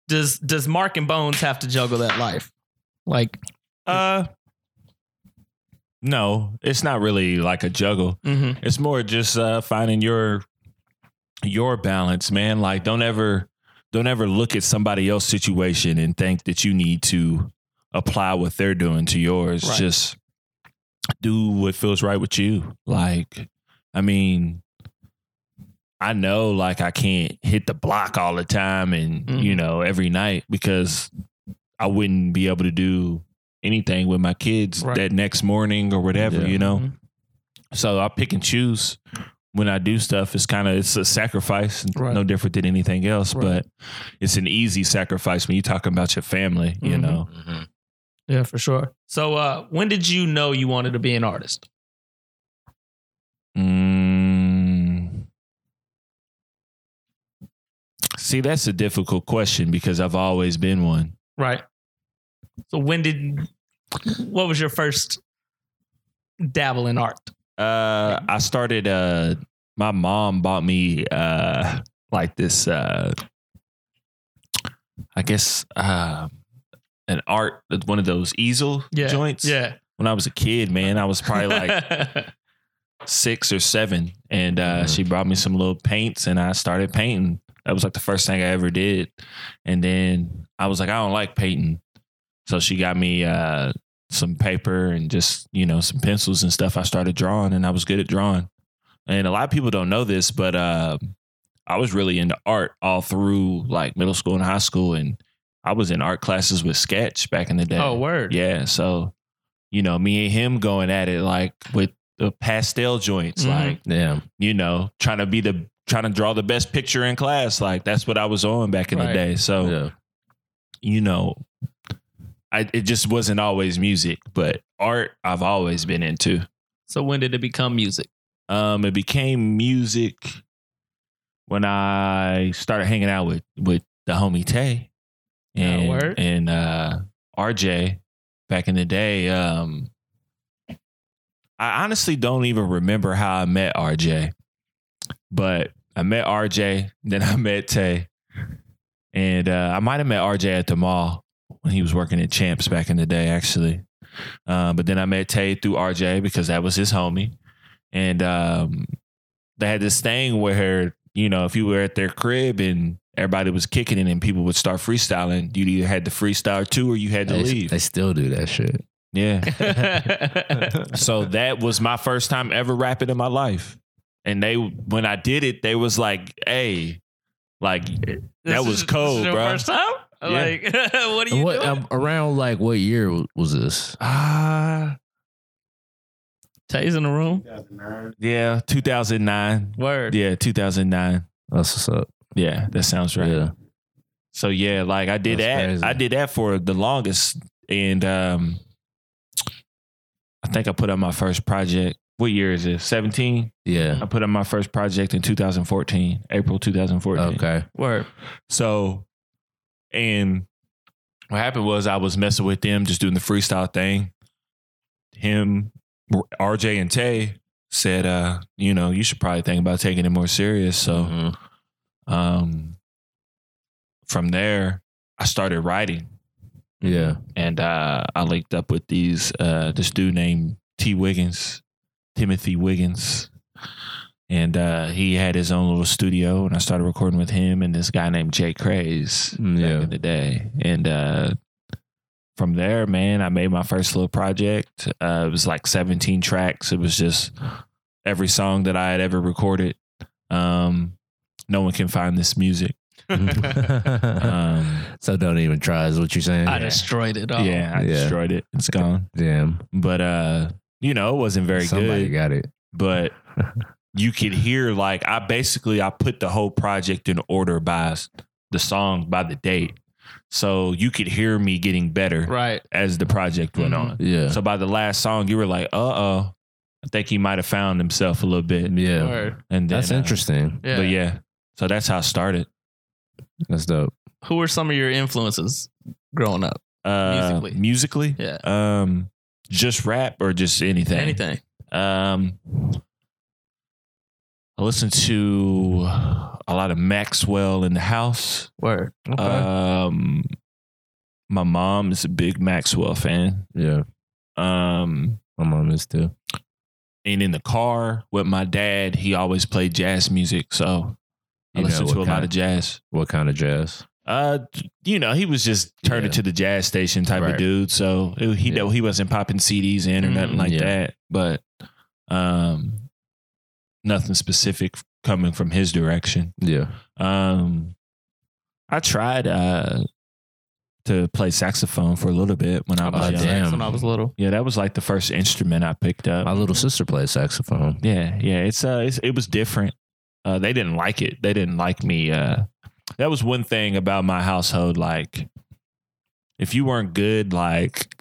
B: Does Does Mark and Bones have to juggle that life? Like,
E: Uh, no, it's not really like a juggle.
B: mhm.
E: It's more just uh, finding your your balance, man. Like don't ever don't ever look at somebody else's situation and think that you need to apply what they're doing to yours.
B: Right.
E: Just do what feels right with you. Like, I mean, I know like I can't hit the block all the time and
B: Mhm.
E: you know every night because I wouldn't be able to do anything with my kids
B: Right.
E: that next morning or whatever,
C: Yeah.
E: you know.
B: Mhm.
E: So I pick and choose when I do stuff. It's kind of it's a sacrifice,
B: Right.
E: no different than anything else,
B: Right.
E: but it's an easy sacrifice when you're talking about your family, you
B: Mhm.
E: know.
B: yeah, for sure. So, uh when did you know you wanted to be an artist?
E: Mm. See, that's a difficult question because I've always been one.
B: Right. So when did what was your first dabble in art?
E: Uh, I started. Uh, my mom bought me uh, like this. Uh, I guess uh, an art, one of those easel
B: Yeah.
E: joints.
B: Yeah.
E: When I was a kid, man, I was probably like six or seven, and uh,
C: Mhm.
E: she brought me some little paints, and I started painting. That was like the first thing I ever did, and then I was like, I don't like painting, so she got me uh, some paper and just you know some pencils and stuff. I started drawing, and I was good at drawing. And a lot of people don't know this, but uh, I was really into art all through like middle school and high school, and I was in art classes with sketch back in the day.
B: oh, word.
E: Yeah. So, you know, me and him going at it like with the pastel joints,
B: Mhm.
E: like,
C: Mm-hmm. Yeah.
E: you know, trying to be the trying to draw the best picture in class. Like that's what I was on back in
B: Right.
E: the day. So,
C: yeah.
E: you know, I it just wasn't always music, but art I've always been into.
B: So when did it become music?
E: Um, it became music when I started hanging out with with the homie Tay and
B: word.
E: and uh, RJ back in the day. Um, I honestly don't even remember how I met RJ, but I met RJ, then I met Tay, and uh, I might have met RJ at the mall when he was working at Champs back in the day, actually. Uh, but then I met Tay through RJ because that was his homie and um, they had this thing where you know if you were at their crib and everybody was kicking it and people would start freestyling, you either had to freestyle too or you had to
C: They,
E: leave.
C: they still do that shit.
E: yeah.
B: That's
E: So that was my first time ever rapping in my life, and they when I did it, they was like, "Hey, like that was cold,
B: your
E: bro."
B: First time?
E: Yeah.
B: Like, what are you
C: What
B: doing?
C: um, around like what year w- was this?
E: ah,
B: Tay's in the room.
E: yeah, two thousand nine.
B: Word.
E: Yeah, two thousand nine.
C: That's what's up.
E: Yeah, that sounds right.
C: Yeah.
E: So yeah, like I did
C: That's
E: that.
C: crazy.
E: I did that for the longest, and um, I think I put out my first project. What year is it? Seventeen.
C: Yeah.
E: I put out my first project in 2014, April 2014.
C: Okay.
B: Word.
E: So, and what happened was I was messing with them, just doing the freestyle thing. Him, RJ, and Tay said, uh, you know, you should probably think about taking it more serious. So.
C: Mhm.
E: Um, from there, I started writing,
C: Yeah.
E: and uh, I linked up with these uh, this dude named T Wiggins, Timothy Wiggins, and uh, he had his own little studio, and I started recording with him and this guy named Jay Craze back
C: Yeah.
E: in the day, and uh, from there, man, I made my first little project. Uh, it was like 17 tracks. It was just every song that I had ever recorded. Um, no one can find this music. Um,
C: Uh, so don't even try is what you're saying.
B: I destroyed it all.
E: yeah, I
C: Yeah.
E: destroyed it. It's gone.
C: Damn.
E: But uh, you know, it wasn't very
C: Somebody
E: good.
C: got it.
E: but you could hear like I basically I put the whole project in order by s- the song by the date. So you could hear me getting better
B: Right.
E: as the project went
B: Mhm.
E: on.
C: Yeah.
E: So by the last song, you were like, uh oh, I think he might have found himself a little bit.
C: yeah.
B: Word.
E: And then,
C: That's
E: uh,
C: interesting.
B: Yeah.
E: But yeah, so that's how I started.
C: That's dope.
B: Who were some of your influences growing up?
E: Uh,
B: Musically.
E: musically,
B: Yeah.
E: um, just rap or just anything.
B: Anything.
E: Um, I listened to a lot of Maxwell in the house.
B: Word.
E: Um, my mom is a big Maxwell fan.
C: yeah.
E: Um,
C: My mom is too.
E: and in the car with my dad, he always played jazz music. So I
C: You know,
E: listened to
C: what
E: a lot
C: kind?
E: of jazz.
C: What kind of jazz?
E: Uh, you know, he was just turned
C: Yeah.
E: into the jazz station type
C: Right.
E: of dude. So it, he
C: Yeah. Mm-hmm.
E: he wasn't popping CDs in or nothing
B: Mm,
E: like
C: yeah.
E: that. But um, nothing specific coming from his direction.
C: Yeah.
E: Um, I tried uh to play saxophone for a little bit when I was
C: Oh,
E: young.
C: damn.
B: When I was little.
E: Yeah, that was like the first instrument I picked up.
C: My little sister plays saxophone.
E: Yeah, yeah. It's uh, it's, it was different. Uh, they didn't like it. They didn't like me. Uh, that was one thing about my household. Like, if you weren't good, like,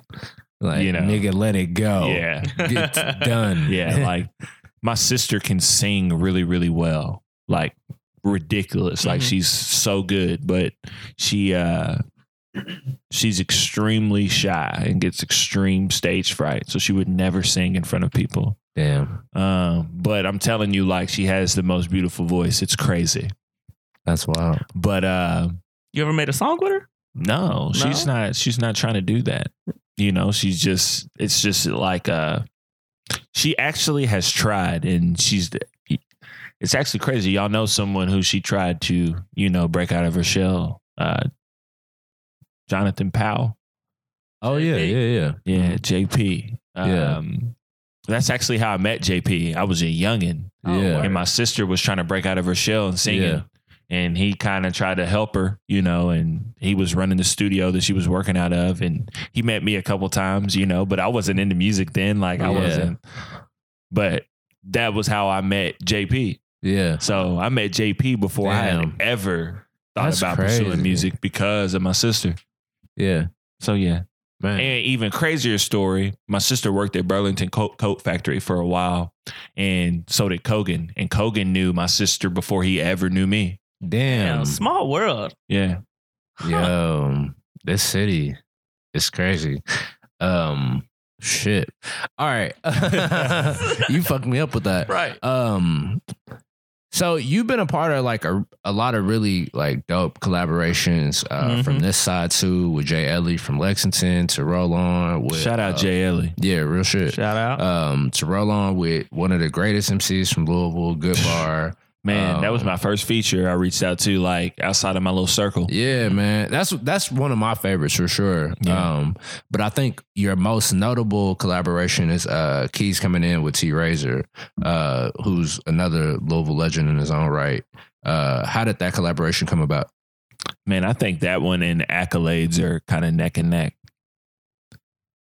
C: Like,
E: You know.
C: nigga, let it go.
E: yeah,
C: It's done.
E: yeah. Like, my sister can sing really, really well. Like, ridiculous. Like
B: Mhm.
E: she's so good, but she uh she's extremely shy and gets extreme stage fright. So she would never sing in front of people.
C: Damn,
E: Um, but I'm telling you, like she has the most beautiful voice. It's crazy.
C: that's wild.
E: But uh
B: You ever made a song with her?
E: no, she's not she's not trying to do that. You know, she's just it's just like uh she actually has tried and she's it's actually crazy. Y'all know someone who she tried to, you know, break out of her shell. Uh Jonathan Powell.
C: Oh yeah, yeah, yeah.
E: Yeah, JP.
C: Yeah.
E: Um that's actually how I met JP. I was a youngin'
C: yeah.
E: and my sister was trying to break out of her shell and singing.
C: Yeah.
E: And he kind of tried to help her, you know, and he was running the studio that she was working out of. And he met me a couple times, you know, but I wasn't into music then. Like I
C: Yeah.
E: wasn't. But that was how I met JP.
C: Yeah.
E: So I met JP before I
C: Damn.
E: had ever thought
C: That's
E: about
C: crazy.
E: pursuing music because of my sister.
C: Yeah.
E: So yeah.
C: Man.
E: And even crazier story, my sister worked at Burlington Coat, Coat Factory for a while, and so did Kogan. And Kogan knew my sister before he ever knew me.
C: Damn.
B: Yeah, small world.
E: Yeah.
B: Huh.
C: Yo, this city is crazy. Um shit. All right. you fucked me up with that.
B: Right.
C: Um so you've been a part of like a, a lot of really like dope collaborations uh, from
B: Mm-hmm.
C: this side too with Jay Ellie from Lexington to roll on with
E: Shout out
C: uh,
E: Jay Ellie.
C: Yeah, real shit.
B: Shout out.
C: Um to roll on with one of the greatest MCs from Louisville, Good Bar.
E: Man,
C: um,
E: that was my first feature I reached out to, like outside of my little circle.
C: Yeah, man. That's that's one of my favorites for sure.
E: Yeah.
C: Um, but I think your most notable collaboration is uh Keys coming in with T Razor, uh, who's another Louisville legend in his own right. Uh, how did that collaboration come about?
E: Man, I think that one and accolades are kind of neck and neck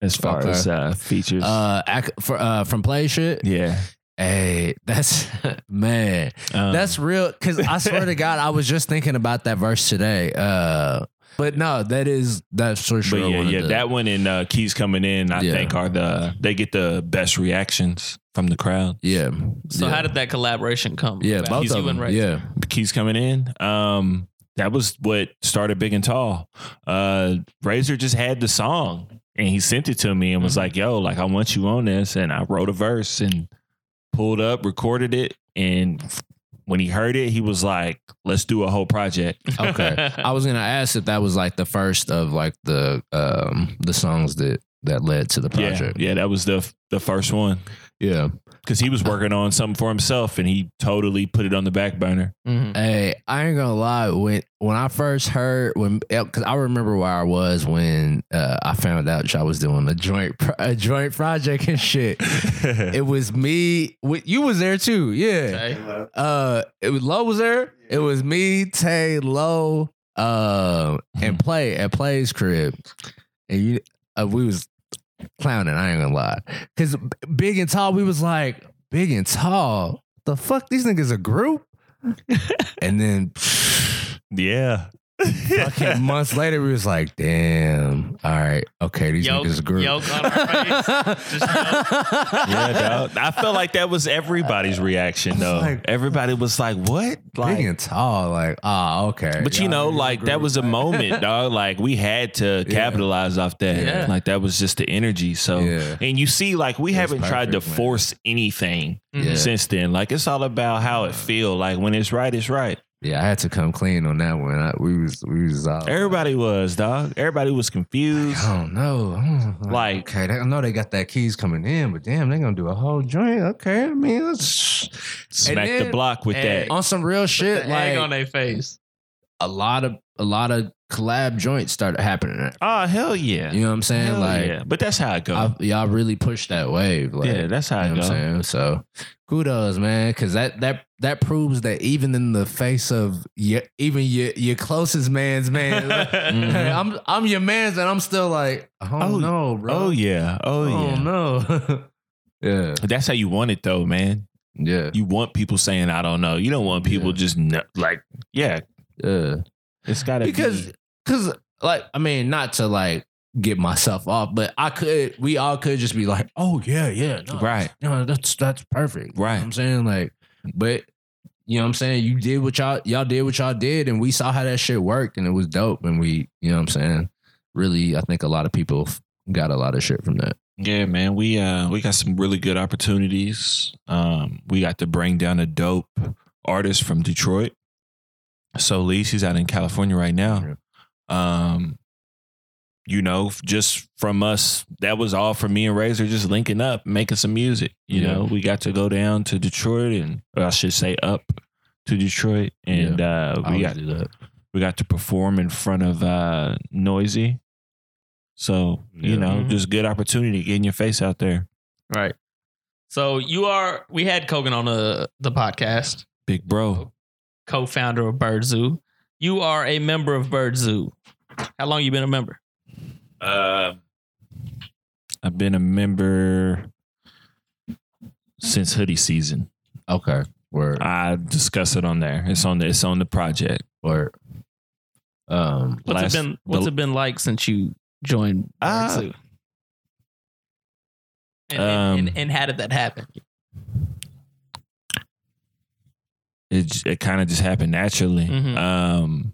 E: as far
C: Okay.
E: as uh, features.
C: Uh, ac- for uh from play shit.
E: yeah.
C: Hey, that's man.
E: Um,
C: That's real. Cause I swear to God, I was just thinking about that verse today. Uh, but no, that is that's for sure.
E: But yeah,
C: one of
E: yeah,
C: the-
E: that one and uh, Keys coming in, I
C: Yeah.
E: think are the they get the best reactions from the crowd.
C: yeah.
B: So how did that collaboration come?
C: yeah,
B: about?
C: both
B: He's
C: of
B: you and
C: them.
B: Ray.
C: Yeah,
E: keys coming in. Um, that was what started big and tall. Uh, Razor just had the song and he sent it to me and was
C: Mm-hmm.
E: like, "Yo, like I want you on this." And I wrote a verse and pulled up, recorded it, and when he heard it, he was like, "Let's do a whole project."
C: Okay. I was gonna ask if that was like the first of like the um the songs that that led to the
E: Yeah,
C: project.
E: yeah, that was the the first one
C: Yeah.
E: because he was working on something for himself and he totally put it on the back burner.
B: Mhm.
C: Hey, I ain't gonna lie. When when I first heard when because I remember where I was when uh, I found out y'all was doing a joint pro- a joint project and shit. It was me. wi- You was there too. Yeah.
B: Okay.
C: Uh, it was Low was there. It was me, Tay, Low, uh,
E: Mm-hmm.
C: and Play at Play's crib, and you, uh, we was clowning. I ain't gonna lie, because Big and Tall, we was like Big and Tall. The fuck, these niggas a group, and then.
E: yeah.
C: Fucking months later, we was like, "Damn, all right, okay, these
B: Yo-
C: niggas a group."
B: yoke on our face.
E: yeah, dog. I felt like that was everybody's reaction, though.
C: Like-
E: Everybody was like, "What?" Like,
C: Big and tall, like, ah, okay.
E: but you
C: Y'all
E: know,
C: niggas a
E: like that
C: group.
E: was a moment, dog. Like we had to
C: Yeah.
E: capitalize off that.
B: Yeah.
E: Like that was just the energy. So,
C: Yeah.
E: and you see, like we
C: It was
E: haven't tried to
C: perfect, man.
E: force anything
C: Yeah. Uh,
E: since then. Like it's all about how it feel. Like when it's right, it's right.
C: Yeah, I had to come clean on that one. I, we was we was all
E: Everybody was, dog. Everybody was confused.
C: I don't know. I don't know.
E: Like-
C: okay, they, I know they got that keys coming in, but damn, they gonna do a whole joint. Okay, I mean, let's-
E: Smack
C: then-
E: the block with
B: Hey.
E: that.
C: on some real
B: The
C: shit.
B: egg
C: Like
B: on their face.
C: a lot of a lot of collab joints started happening.
E: Oh hell yeah!
C: You know what I'm saying?
E: Hell
C: like
E: yeah. but that's how it goes.
C: I, y'all really pushed that wave. Like,
E: yeah, that's how
C: You know
E: it
C: what
E: goes.
C: I'm saying? So kudos, man, because that that that proves that even in the face of your, even your your closest man's man,
E: Mhm.
C: I'm I'm your man's, and I'm still like, oh,
E: Oh,
C: no, bro,
E: Oh yeah. Oh, yeah.
C: no, yeah,
E: That's how you want it though, man.
C: yeah,
E: You want people saying I don't know. You don't want people
C: Yeah.
E: just no, like yeah,
C: yeah,
E: it's got to
C: because because like I mean, not to like get myself off, but I could, we all could just be like, oh yeah, yeah, no,
E: right.
C: no, that's that's perfect. You know
E: Right.
C: what I'm saying like, but you know what I'm saying? You did what y'all y'all did what y'all did, and we saw how that shit worked, and it was dope. And we, you know what I'm saying? Really, I think a lot of people f- got a lot of shit from that.
E: Yeah, man, we uh we got some really good opportunities. Um, we got to bring down a dope artist from Detroit. So Lee, she's out in California right now. Um, you know, f- just from us, that was all for me and Razor just linking up, making some music. You
C: Yeah.
E: know, we got to go down to Detroit, and or I should say up to Detroit, and uh, we
C: always
E: got
C: do that.
E: we got to perform in front of uh noisy so
C: Yeah.
E: you know
B: Mhm.
E: just good opportunity getting your face out there
B: Right. So you are. We had Kogan on the the podcast,
E: big bro
B: co-founder of Bird Zoo. You are a member of Bird Zoo. How long you been a member?
E: uh i've been a member since hoodie season
C: Okay, word
E: i discuss it on there it's on the it's on the project
C: word. Um,
B: What's
E: Last-
B: it been? What's
E: the-
B: it been like since you joined Bird
E: Uh,
B: Zoo? And, and-
E: um,
B: and, and how did that happen?
E: it j- it kind of just happened naturally.
B: Mhm.
E: Um,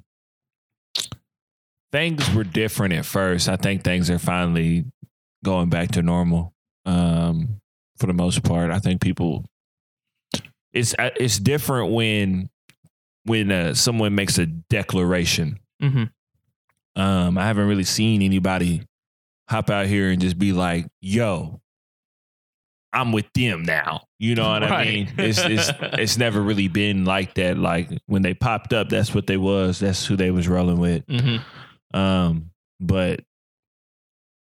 E: things were different at first. I think things are finally going back to normal. Um, for the most part, I think people it's I- it's different when when uh, someone makes a declaration.
B: Mm-hmm.
E: Um, I haven't really seen anybody hop out here and just be like, "Yo, I'm with them now." You know what I
B: Right.
E: mean? It's, it's it's never really been like that. Like when they popped up, that's what they was. That's who they was rolling with.
B: Mm-hmm.
E: Um, but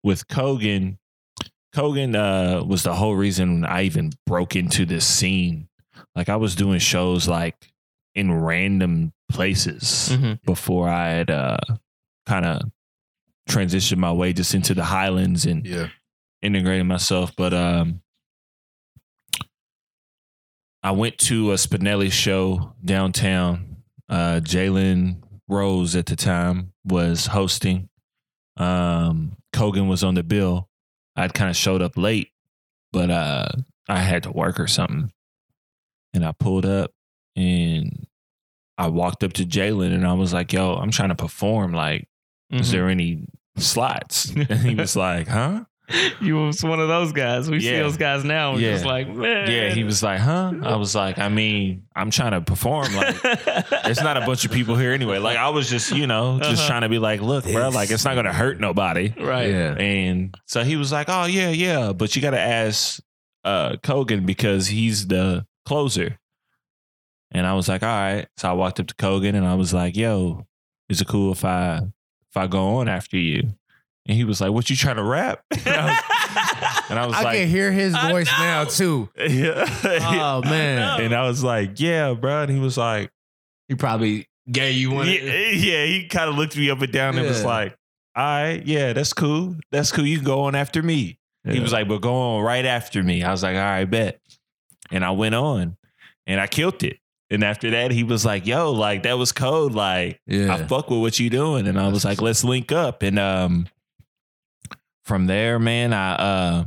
E: with Kogan, Kogan uh, was the whole reason I even broke into this scene. Like I was doing shows like in random places
B: Mm-hmm.
E: before I had uh, kind of transitioned my way just into the highlands and
C: yeah,
E: integrated myself. But um, I went to a Spinelli show downtown. Uh, Jalen Rose at the time was hosting. Um, Kogan was on the bill. I'd kind of showed up late, but uh, I had to work or something. And I pulled up and I walked up to Jalen and I was like, yo, I'm trying to perform. Like,
B: mm-hmm.
E: is there any slots? and he was like, huh?
B: you was one of those guys. We see
E: Yeah.
B: those guys now. We're
E: Yeah.
B: just like, man.
E: Yeah, he was like, huh? I was like, I mean, I'm trying to perform. Like, it's not a bunch of people here anyway. Like, I was just, you know, just
B: Uh-huh.
E: trying to be like, look, bro, like, it's not going to hurt nobody.
B: right.
C: yeah,
E: And so he was like, oh, yeah, yeah. But you got to ask uh, Kogan because he's the closer. And I was like, all right. So I walked up to Kogan and I was like, yo, is it cool if I if I go on after you? And he was like, what you trying to rap? And I was, and I was
C: I
E: like,
C: can hear his
B: I
C: voice
B: know.
C: now too.
E: yeah.
C: Oh man,
E: And I was like, yeah, bro. And he was like,
C: he probably gave you
E: yeah,
C: one.
E: yeah. He kind of looked me up and down and was
C: Yeah.
E: like, all right, yeah, that's cool. That's cool. You can go on after me. He was like, but go on right after me. I was like, all right, bet. And I went on and I killed it. And after that, he was like, yo, like that was cold. Like,
C: yeah,
E: I fuck with what you doing. And I was like, let's link up. And um from there, man, I uh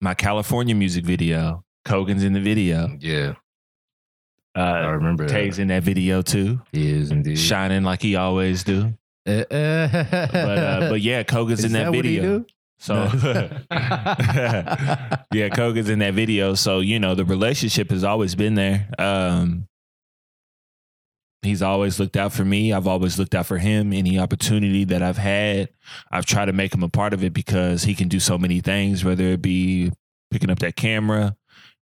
E: my California music video, Kogan's in the video.
C: yeah. I
E: Uh
C: remember.
E: Tay's in that video too.
C: that. He is indeed.
E: Shining like he always do.
C: but
E: But uh but yeah, Kogan's in that, video. So yeah, Kogan's in that video. So, you know, the relationship has always been there. Um, he's always looked out for me. I've always looked out for him. Any opportunity that I've had, I've tried to make him a part of it because he can do so many things, whether it be picking up that camera,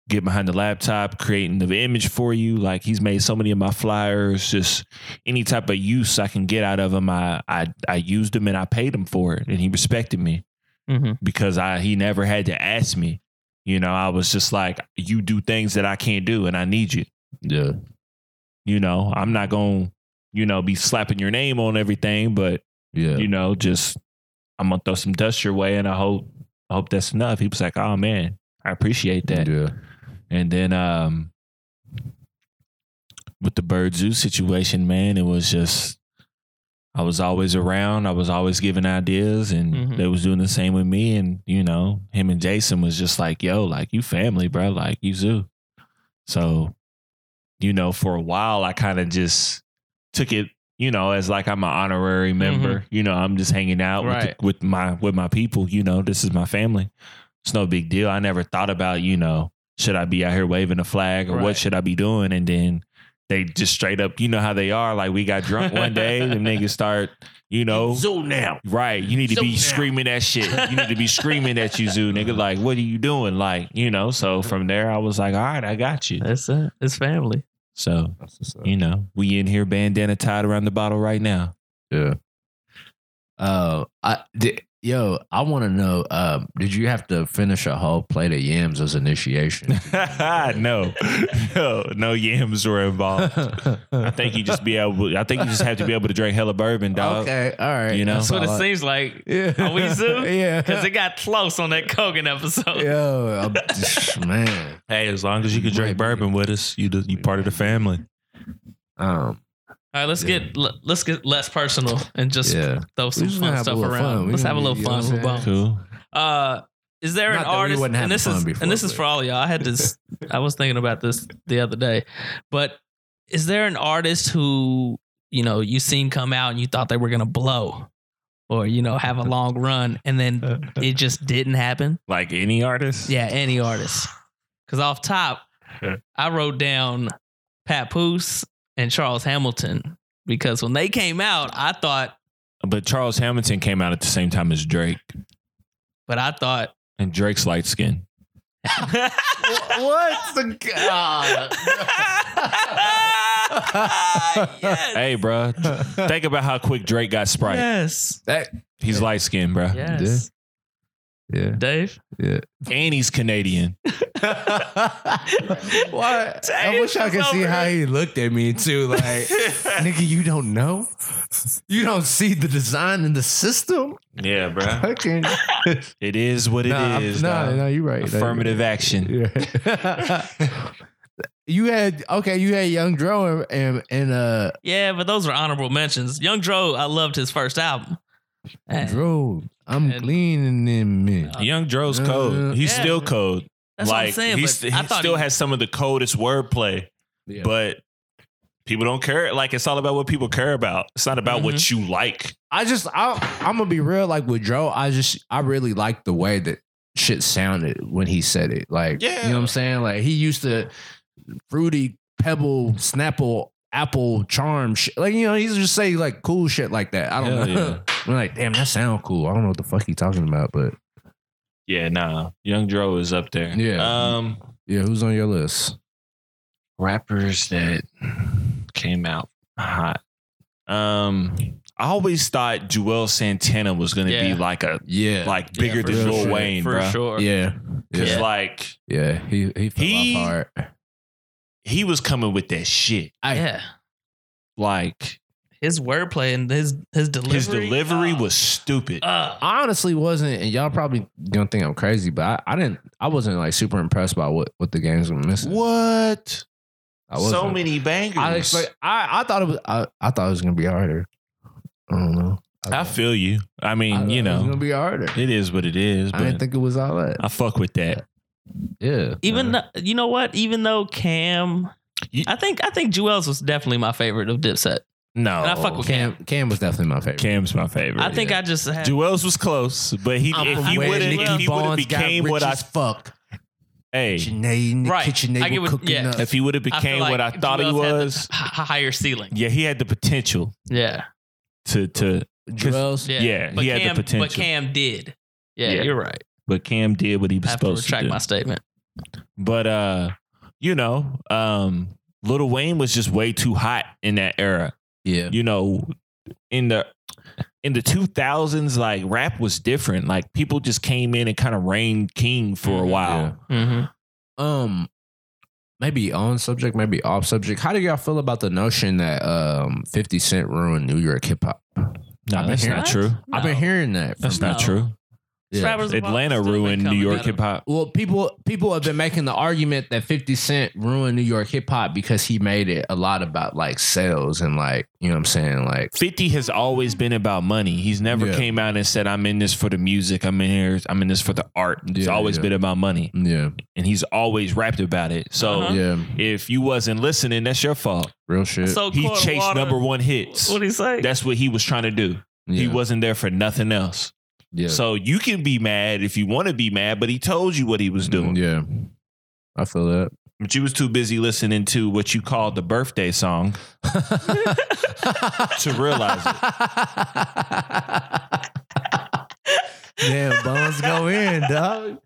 E: get behind the laptop, creating the image for you. Like he's made so many of my flyers, just any type of use I can get out of him. I I, I used him and I paid him for it and he respected me
B: Mhm.
E: because I he never had to ask me. You know, I was just like, you do things that I can't do and I need you.
C: yeah,
E: You know, I'm not gonna, you know, be slapping your name on everything, but
C: yeah.
E: you know, just I'm gonna throw some dust your way and I hope I hope that's enough. He was like, Oh man, I appreciate that.
C: Yeah.
E: And then um with the bird zoo situation, man, it was just I was always around. I was always giving ideas and
B: Mhm.
E: they was doing the same with me. And, you know, him and Jason was just like, yo, like you family, bro. Like you zoo. So you know, for a while, I kind of just took it, you know, as like I'm an honorary member. You know, I'm just hanging out with,
B: Right.
E: the- with my with my people. You know, this is my family. It's no big deal. I never thought about, you know, should I be out here waving a flag or what
B: Right.
E: should I be doing? And then they just straight up, you know how they are. Like we got drunk one day, them niggas start, you know,
C: Zoom now.
E: Right. You need to
C: Zoom
E: be
C: now.
E: screaming that shit. You need to be screaming at you, Zoo nigga. Like, what are you doing? Like, you know, so from there I was like, all right, I got you.
B: That's it. It's family.
E: So, you know, we in here bandana tied around the bottle right now.
C: Yeah. Uh, I did, yo, I want to know. Um, did you have to finish a whole plate of yams as initiation?
E: no. No, no yams were involved. I
C: I
E: think you just be able I think you just have to be able to drink hella bourbon, dog.
C: Okay, all right.
E: You know?
C: That's
E: That's
B: That's what
C: all
B: it
C: I-
B: seems like.
C: Yeah.
B: Are we Zoom?
C: yeah.
B: Because it got close on that Kogan episode.
C: Yo, I'm just- man.
E: Hey, as long as you can drink
C: Right.
E: bourbon with us, you do, you part of the family.
C: Um,
B: All right, let's
C: Yeah.
B: get le- let's get less personal and just
C: yeah.
B: throw some
C: just gonna
B: fun
C: have a
B: stuff
C: little
B: around.
C: fun. We
B: Let's have a
C: gonna-
B: little
C: you know
B: fun.
C: what I'm
B: We'll
C: saying?
B: bump.
E: Cool.
B: Uh, is there
C: Not
B: an
C: that we
B: artist?
C: wasn't having
B: and this
C: fun
B: is
C: before,
B: and this is
C: but-
B: for all y'all. I had this. I was thinking about this the other day, but is there an artist who you know you seen come out and you thought they were gonna blow, or you know have a long run and then it just didn't happen?
E: Like any artist?
B: Yeah, any artist. Because off top, I wrote down Papoose and Charles Hamilton because when they came out, I thought,
E: But Charles Hamilton came out at the same time as Drake.
B: but I thought.
E: And Drake's light skin.
C: What's the god?
B: yes.
E: Hey, bruh. Think about how quick Drake got Sprite.
B: Yes.
E: He's light skinned, bro.
B: Yes.
C: yeah.
B: Dave.
E: And he's Canadian.
C: What? I
B: Dave
C: wish I could
B: was
C: see
B: over
C: how
B: here.
C: he looked at me too. Like, nigga, you don't know. You don't see the design in the system.
E: Yeah, bro.
C: Fucking.
E: It is what it is.
C: Nah, I'm- nah,
E: dog.
C: nah, you're right. Nah, you're
E: Affirmative action.
C: Yeah. you had okay. You had Young Dro and and, and uh
B: Yeah, but those are honorable mentions. Young Dro, I loved his first album. Eh,
C: Dro. I'm
B: And-
C: cleaning them men.
E: Young Dro's
C: Uh,
E: code. He's
B: yeah.
E: still code.
B: That's
E: like
B: what I'm saying.
E: he's-
B: but
E: he
B: I thought
E: still
B: he-
E: has some of the coldest wordplay,
C: Yeah.
E: but people don't care. Like it's all about what people care about. It's not about what
C: Mm-hmm.
E: you like.
C: I just I I'm gonna be real. Like with Dro, I just I really liked the way that shit sounded when he said it. Like you know what I'm saying. Like he used to fruity pebble snapple apple charm shit. Like you know he used to just say like cool shit like that. I don't
E: Hell
C: know. I'm like damn that sound cool. I don't know what the fuck he talking about, but
E: Yeah, nah. Young Dro is up there.
C: Yeah.
E: Um
C: yeah, who's on your list?
E: rappers that came out hot. Um I always thought Joel Santana was gonna
B: Yeah.
E: be like a
C: Yeah,
E: like
B: Yeah,
E: bigger
B: for
E: than
C: sure.
E: Lil Wayne,
B: for
E: bro.
B: sure.
C: yeah,
E: Cause
C: yeah,
E: like
C: yeah. He he fell
E: He-
C: off hard.
E: he was coming with that shit.
B: Yeah.
E: Like
B: His wordplay and his his delivery.
E: his delivery
B: uh,
E: was stupid.
B: uh,
C: I honestly wasn't, and y'all probably gonna think I'm crazy, but I, I didn't. I wasn't like super impressed by what what the games were missing.
E: what?
C: I wasn't.
E: So many bangers.
C: I expect. I, I thought it was. I, I thought it was gonna be harder. I don't know.
E: I
C: thought-
E: feel you. I
C: I
E: mean,
C: thought
E: you
C: it was
E: know, Uh,
C: gonna be harder.
E: it is what it is.
C: I
E: But I,
C: didn't think it was all that.
E: fuck with that.
C: Yeah. Uh,
B: even
E: Uh-huh.
B: though, you know what? Even though Cam,
E: You-
B: I think I think Jewels was definitely my favorite of Dipset.
E: No,
B: And I fuck with
C: Cam Cam was definitely my favorite.
E: Cam's my favorite.
B: I think I just had
E: Jewels was close, but he
C: I'm
E: if
C: from
E: he
C: where
E: would
C: Nicky
E: have he would have
C: Barnes got
E: became
C: rich
E: what I
C: as fuck.
E: hey
C: Janae in the
B: Right.
C: kitchen, they
B: I get
C: were
B: what-
C: cooking
B: yeah.
C: up.
E: if he would have
B: I feel
E: became
B: like
E: what I thought he
B: Jewels had the
E: was.
B: h- higher ceiling.
E: Yeah, he had the potential
B: Yeah,
E: to to
C: Joel's-
B: yeah.
E: Yeah,
B: but
E: he had the
B: Cam,
E: potential.
B: But Cam did. Yeah,
E: Yeah.
B: you're right.
E: but Cam did what he
B: I
E: was
B: have to
E: supposed to
B: retract
E: do.
B: my statement.
E: But uh, you know, um Little Wayne was just way too hot in that era.
C: yeah.
E: You know, in the in the two thousands, like rap was different. Like people just came in and kind of reigned king for a while.
B: Mm-hmm.
C: um maybe on subject maybe off subject how do y'all feel about the notion that um 50 cent ruined new york hip-hop
E: No,
C: I've been
E: that's
C: hearing-
E: not true.
C: i've been hearing that from
E: That's not
B: No.
E: true.
C: Yeah.
B: Rappers of pop
E: Atlanta
B: still been
E: ruined New
B: coming
E: York
B: at 'em.
E: hip hop.
C: Well, people people have been making the argument that 50 Cent ruined New York hip hop because he made it a lot about like sales and like, you know what I'm saying? Like
E: 50 has always been about money. He's never
C: Yeah.
E: came out and said, I'm in this for the music. I'm in here. I'm in this for the art. It's
C: Yeah,
E: always
C: yeah.
E: been about money.
C: Yeah.
E: And he's always rapped about it. So
B: Uh-huh.
C: Yeah.
E: if you wasn't listening, that's your fault.
C: Real shit.
B: So
E: He
B: Cold
E: chased
B: Water-
E: number one hits.
B: What'd he say?
E: That's what he was trying to do.
C: yeah.
E: He wasn't there for nothing else.
C: yeah.
E: So you can be mad if you want to be mad, but he told you what he was doing.
C: Yeah. I feel that.
E: But you was too busy listening to what you called the birthday song to realize it.
C: Damn, bones go in, dog.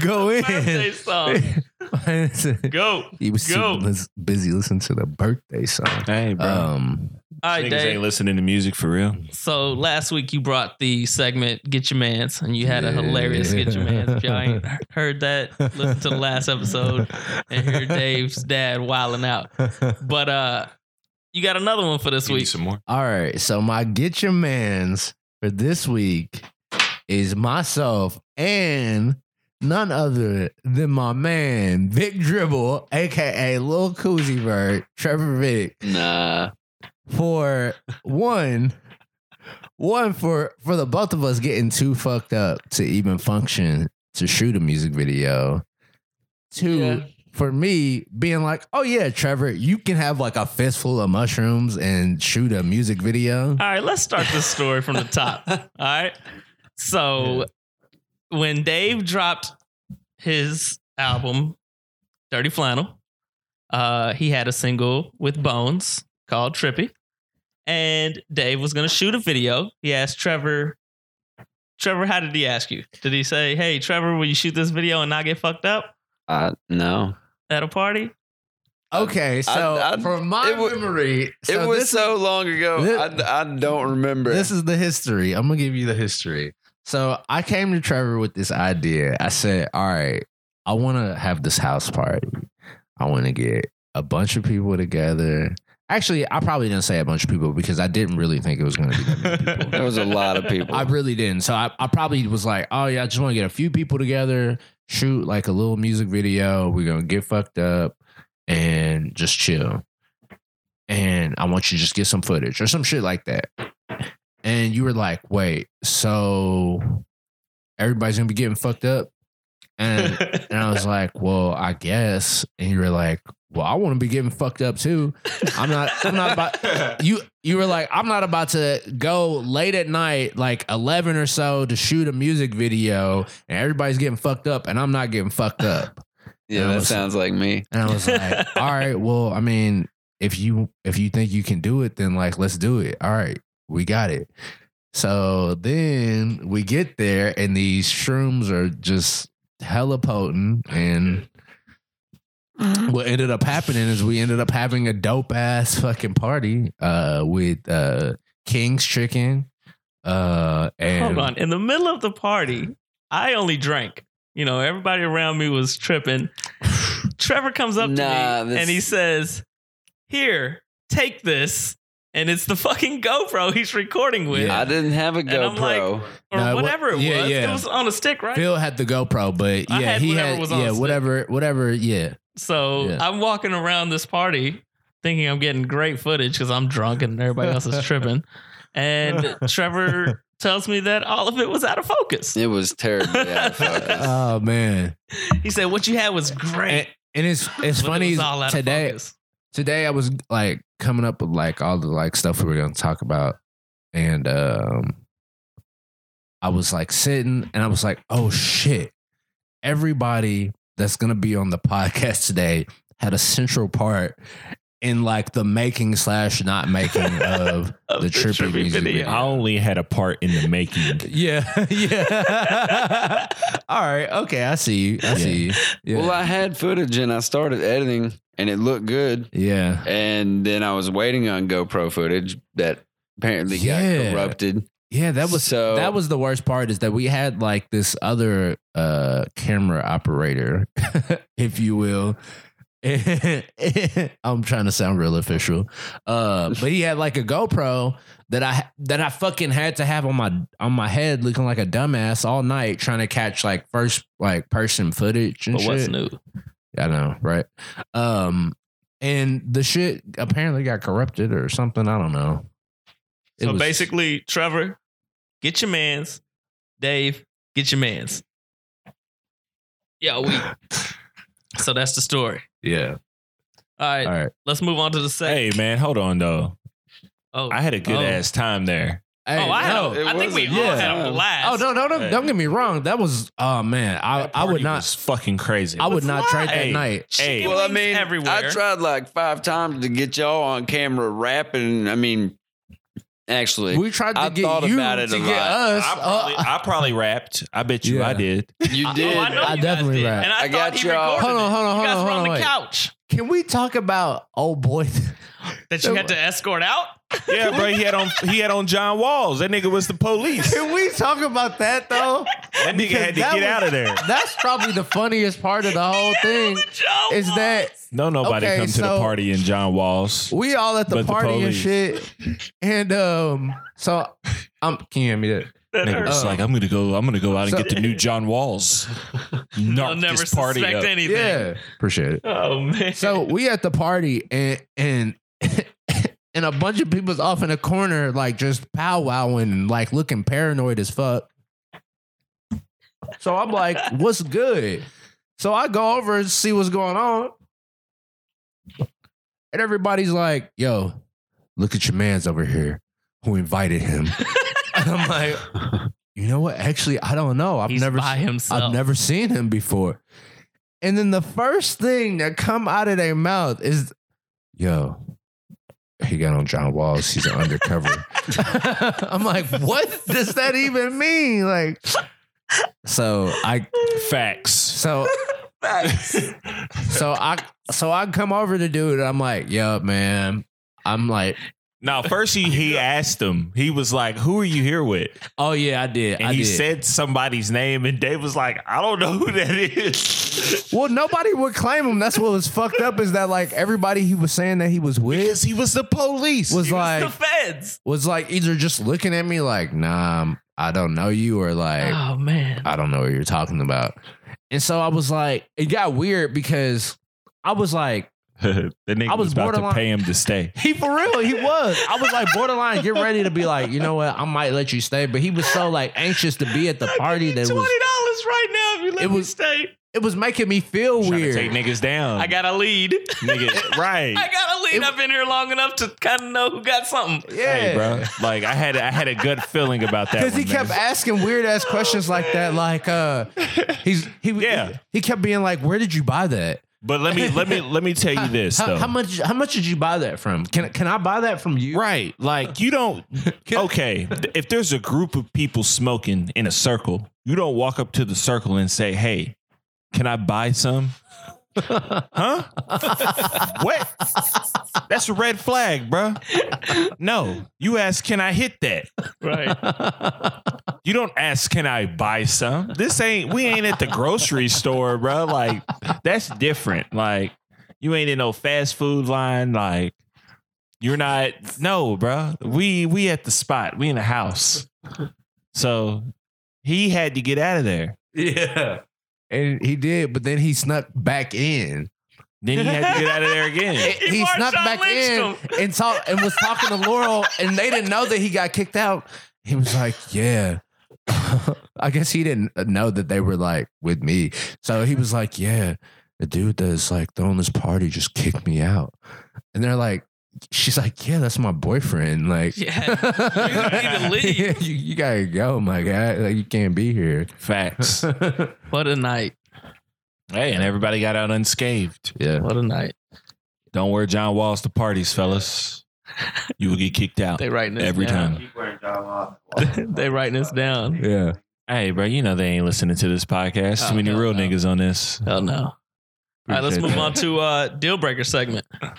C: Go
B: birthday song.
C: in.
B: Go.
C: he was
B: Go.
C: lis- busy listening to the birthday song.
E: Hey, bro.
C: Um,
B: All right,
E: Niggas
B: Dave.
E: ain't listening to music for real.
B: So last week you brought the segment "Get Your Mans" and you had a
C: Yeah.
B: hilarious "Get Your Mans." If y'all ain't heard that,
C: Um.
B: listen to the last episode and hear Dave's dad wilding out. But uh, you got another one for this week.
E: more.
C: All right, so my get your man's for this week is myself and none other than my man Vic Dribble, aka Lil Koozie Bird, Trevor Vic,
D: Nah.
C: for one, one for for the both of us getting too fucked up to even function to shoot a music video. Two.
D: Yeah.
C: For me, being like, oh yeah, Trevor, you can have like a fistful of mushrooms and shoot a music video.
B: All right, let's start this story from the top. All right. So when Dave dropped his album, Dirty Flannel, uh, he had a single with Bones called Trippy. And Dave was gonna shoot a video. He asked Trevor, Trevor, how did he ask you? Did he say, Hey Trevor, will you shoot this video and not get fucked up
D: Uh, no.
B: at a party?
C: Okay, so
D: I-
C: from my
D: it wa-
C: memory, so
D: it was
C: this,
D: so long ago.
C: thi-
D: I, I don't remember.
C: this is the history. I'm gonna give you the history. So I came to Trevor with this idea. I said, "All right, I want to have this house party. I want to get a bunch of people together." Actually, I probably didn't say a bunch of people because I didn't really think it was going to be that many people.
D: there was a lot of people.
C: I really didn't. So I, I probably was like, oh yeah, I just want to get a few people together, shoot like a little music video. We're gonna get fucked up and just chill. And I want you to just get some footage or some shit like that. And you were like, wait, so everybody's gonna be getting fucked up? And and I was like, well, I guess. And you were like, well, I want to be getting fucked up too. I'm not. I'm not about you. You were like, I'm not about to go late at night, like 11 or so, to shoot a music video, and everybody's getting fucked up, and I'm not getting fucked up.
D: yeah, that sounds like me.
C: And I was like, all right, well, I mean, if you if you think you can do it, then like let's do it. All right, we got it. So then we get there, and these shrooms are just hella potent. And what ended up happening is we ended up having a dope ass fucking party uh, with uh, King's Chicken. Uh, and
B: Hold on. In the middle of the party, I only drank. You know, everybody around me was tripping. Trevor comes up
D: Nah,
B: to me
D: this-
B: and he says, Here, take this. And it's the fucking GoPro he's recording with.
C: Yeah.
D: I didn't have a
B: And I'm like-
D: GoPro.
B: Or
C: Nah, what-
B: whatever it
C: yeah,
B: was.
C: yeah.
B: It was on a stick, right?
C: Phil had the GoPro, but
B: I
C: yeah,
B: had
C: he
B: whatever
C: had
B: was on
C: yeah,
B: the stick.
C: whatever, whatever, yeah.
B: so
C: Yeah.
B: I'm walking around this party thinking I'm getting great footage because I'm drunk and everybody else is tripping. And Trevor tells me that all of it was out of focus.
D: it was terribly out of focus.
C: Oh man.
B: He said, What you had was great.
C: And, and it's it's
B: but it
C: funny
B: was all out of
C: today.
B: focus.
C: Today I was like coming up with like all the like stuff we were gonna talk about, and um, I was like sitting and I was like, oh shit, everybody that's gonna be on the podcast today had a central part in like the making slash not making of
B: Of
C: the trippy music video.
E: I only had a part in the making.
C: yeah yeah. all right, okay, I see you, I see you. Yeah.
D: Well, I had footage and I started editing and it looked good.
C: yeah.
D: And then I was waiting on GoPro footage that apparently
C: Yeah.
D: got corrupted.
C: Yeah, that was
D: So-
C: that was the worst part is that we had like this other uh camera operator, if you will, I'm trying to sound real official. Uh, but he had like a GoPro that I that I fucking had to have on my on my head, looking like a dumbass all night, trying to catch like first like person footage and
B: But
C: shit.
B: what's new?
C: I know, right? Um, and the shit apparently got corrupted or something. I don't know. It
B: so
C: was-
B: basically, Trevor, get your man's. Dave, get your man's. Yeah, we. so that's the story.
C: yeah.
B: All right,
C: All right.
B: let's move on to the second.
E: Hey man, hold on though.
B: oh,
E: I had a good
B: Oh.
E: ass time there.
B: oh,
C: Hey,
B: I, had
C: no.
B: a-
D: it
B: I think we all
D: wasn't.
B: had
D: Yeah.
B: a blast.
C: Oh no, no, no! Don't get me wrong. That was oh man, I
E: That
C: I would
E: party
C: not
E: was fucking crazy.
C: I would
B: Let's
C: not
B: lie.
C: trade that
E: Hey.
C: night.
B: Chicken
E: Hey.
B: wings
E: Well,
B: everywhere.
D: I tried like five times to get y'all on camera rapping. I mean, actually,
C: We tried to
D: I
C: get
D: thought
C: you
D: about it
C: to
D: a
C: get
D: lot.
C: us.
E: I probably,
C: uh,
E: I probably rapped. I bet you
C: Yeah.
E: I did.
D: you
B: Oh,
D: did.
B: I, know
C: I
B: you guys
C: definitely
B: did.
C: right.
B: And I,
D: I
B: thought
D: got
B: he
D: y'all.
B: recorded
C: Hold on,
B: it.
C: hold on,
B: You
C: hold
B: guys
C: on,
B: were
C: hold
B: on
C: on,
B: the
C: wait.
B: couch
C: can we talk about old boy?
B: that you had to escort out.
E: Yeah, bro. He had on he had on John Walls. That nigga was the police.
C: Can we talk about that though?
E: That nigga
C: Because
E: had to
C: that
E: get
C: was-
E: out of there.
C: That's probably the funniest part of the whole thing.
B: Joe
C: Is that
E: No, nobody
C: Okay,
E: come to
C: so-
E: the party in John Walls.
C: we all at the
E: But the
C: party and
E: police.
C: shit? And um, so I'm. Can you hear me? That?
E: Nigga was
C: Uh,
E: like, I'm gonna go. I'm gonna go out and
C: so-
E: get the new John Walls.
B: I'll
E: Narc
B: never
E: this party
B: suspect
E: up.
B: anything.
C: Yeah, appreciate it.
B: Oh man.
C: So we at the party and and and a bunch of people's off in a corner, like just powwowing and like looking paranoid as fuck. So I'm like, what's good? So I go over and see what's going on. And everybody's like, yo, look at your man's over here who invited him. and I'm like, you know what? Actually, I don't know. I've
B: He's
C: never
B: by himself.
C: I've never seen him before. And then the first thing that come out of their mouth is, "Yo, he got on John Walls. He's an undercover." I'm like, what does that even mean? Like, so I,
E: Facts.
C: so so I, so I come over to dude. I'm like, "Yo, man." I'm like,
E: Now, first he he asked him. He was like, "Who are you here with?"
C: "Oh yeah, I did.
E: And
C: I
E: he
C: did."
E: said somebody's name, and Dave was like, "I don't know who that is."
C: well, nobody would claim him. That's what was fucked up is that like everybody he was saying that he was with
E: Because he was the police.
C: was like
B: the feds.
C: was like either just looking at me like, nah, I'm- I don't know you, or like,
B: Oh man.
C: I don't know what you're talking about. And so I was like, it got weird because I was like,
E: the nigga
C: I was
E: was, about
C: borderline-
E: to pay him to stay.
C: he for real, he was. I was like, borderline, get ready to be like, you know what, I might let you stay. But he was so like anxious to be at the party that
B: Twenty dollars
C: was,
B: right now if you let
C: It
B: me
C: was-
B: stay.
C: it was making me feel
E: Trying to
C: weird.
E: take niggas down.
B: I got a lead.
E: nigga right.
B: I got a lead.
C: It-
B: I've been here long enough to kind of know who got something.
C: yeah.
E: Hey, bro. Like I had I had a good feeling about that.
C: Because he
E: one, man.
C: kept asking weird ass questions like that, like uh, he's he
E: Yeah.
C: he kept being like, "Where did you buy that?
E: But let me let me let me tell you this
C: How,
E: though.
C: how much? How much did you buy that from? Can can I buy that from you?
E: Right. Like you don't okay. If there's a group of people smoking in a circle, you don't walk up to the circle and say, Hey, can I buy some? huh? what? That's a red flag, bruh. No. You ask, can I hit that?
B: Right.
E: You don't ask, can I buy some? This ain't we ain't at the grocery store, bruh. Like, that's different. Like, you ain't in no fast food line, like you're not no, bruh. We we at the spot. We in the house. So he had to get out of there.
C: Yeah. And he did, but then he snuck back in.
E: Then he had to get out of there again.
C: He,
B: Marshawn
C: snuck back in
B: lynched
C: and talk, and was talking to Laurel, and they didn't know that he got kicked out. He was like, "Yeah." I guess he didn't know that they were like with me, so he was like, "Yeah." The dude that's like throwing this party just kicked me out, and they're like, "She's like, yeah, that's my boyfriend." Like,
B: Yeah. need to leave.
C: Yeah, you, you gotta go, my guy. Like, you can't be here.
E: Facts.
B: What a night.
E: Hey, and everybody got out unscathed.
C: yeah.
B: What a night.
E: Don't wear John Walls to parties, fellas. You will get kicked out.
B: They writing this
E: Every
B: down.
E: time.
B: time. they writing this down.
C: Yeah.
E: Hey, bro, you know they ain't listening to this podcast.
B: Oh,
E: Too many
B: no,
E: real
B: no.
E: niggas on this.
B: Oh no. All right, let's
C: Appreciate
B: move
C: that.
B: on to uh deal breaker segment.
E: Uh-oh.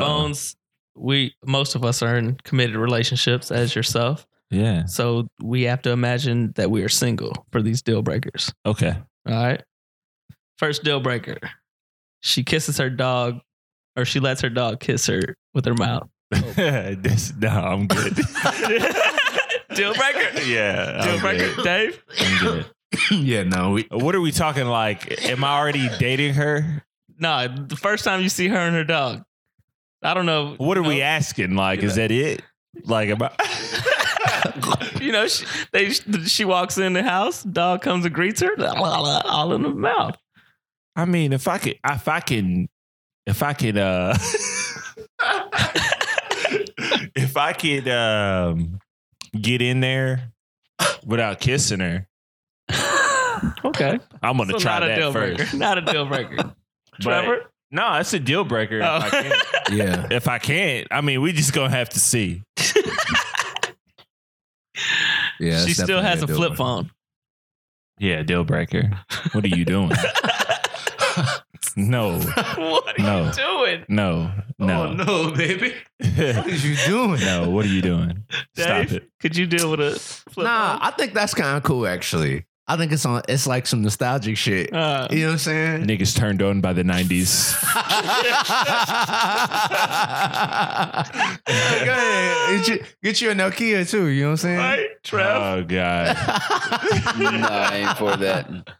B: Bones, we most of us are in committed relationships as yourself.
E: Yeah.
B: So we have to imagine that we are single for these deal breakers.
E: Okay.
B: All right. First deal breaker. she kisses her dog, or she lets her dog kiss her with her mouth.
E: this, no, I'm good.
B: Deal breaker.
E: Yeah,
B: Deal
E: I'm
B: breaker,
E: good.
B: Dave.
E: I'm good.
C: yeah, no, we
E: What are we talking like? Am I already dating her?
B: No, the first time you see her and her dog. I don't know.
E: What are
B: you
E: we
B: know,
E: asking? Like, is that it? Like, am I-
B: You know, she, they, she walks in the house, dog comes and greets her, blah, blah, blah, all in the mouth.
E: I mean, if I could, if I can, if I could, uh, if I could um, get in there without kissing her,
B: Okay.
E: I'm gonna
B: So
E: try
B: not a
E: that
B: deal
E: first.
B: breaker. Not a deal breaker.
E: But-
B: Trevor?
E: no, it's a deal breaker. If, I can't,
B: Oh.
C: yeah.
E: if I can't, I mean, we just gonna have to see.
C: Yeah, that's
B: she still
C: definitely
B: has a
C: deal
B: flip
C: breaker.
B: phone.
E: Yeah, deal breaker. What are you doing? no,
B: what are
E: No.
B: you doing?
E: no,
C: Oh,
E: no,
C: no, baby. What is you doing?
E: no. What are you doing? Stop
B: Dave,
E: it.
B: Could you deal with a flip
C: Nah,
B: phone?
C: I think that's kind of cool actually. I think it's on it's like some nostalgic shit.
B: Uh,
C: You know what I'm saying?
E: Niggas turned on by the '90s.
C: Go ahead. Get you, get you a Nokia too. You know what I'm saying?
B: right, Trev?
E: Oh god.
D: no, I ain't for that.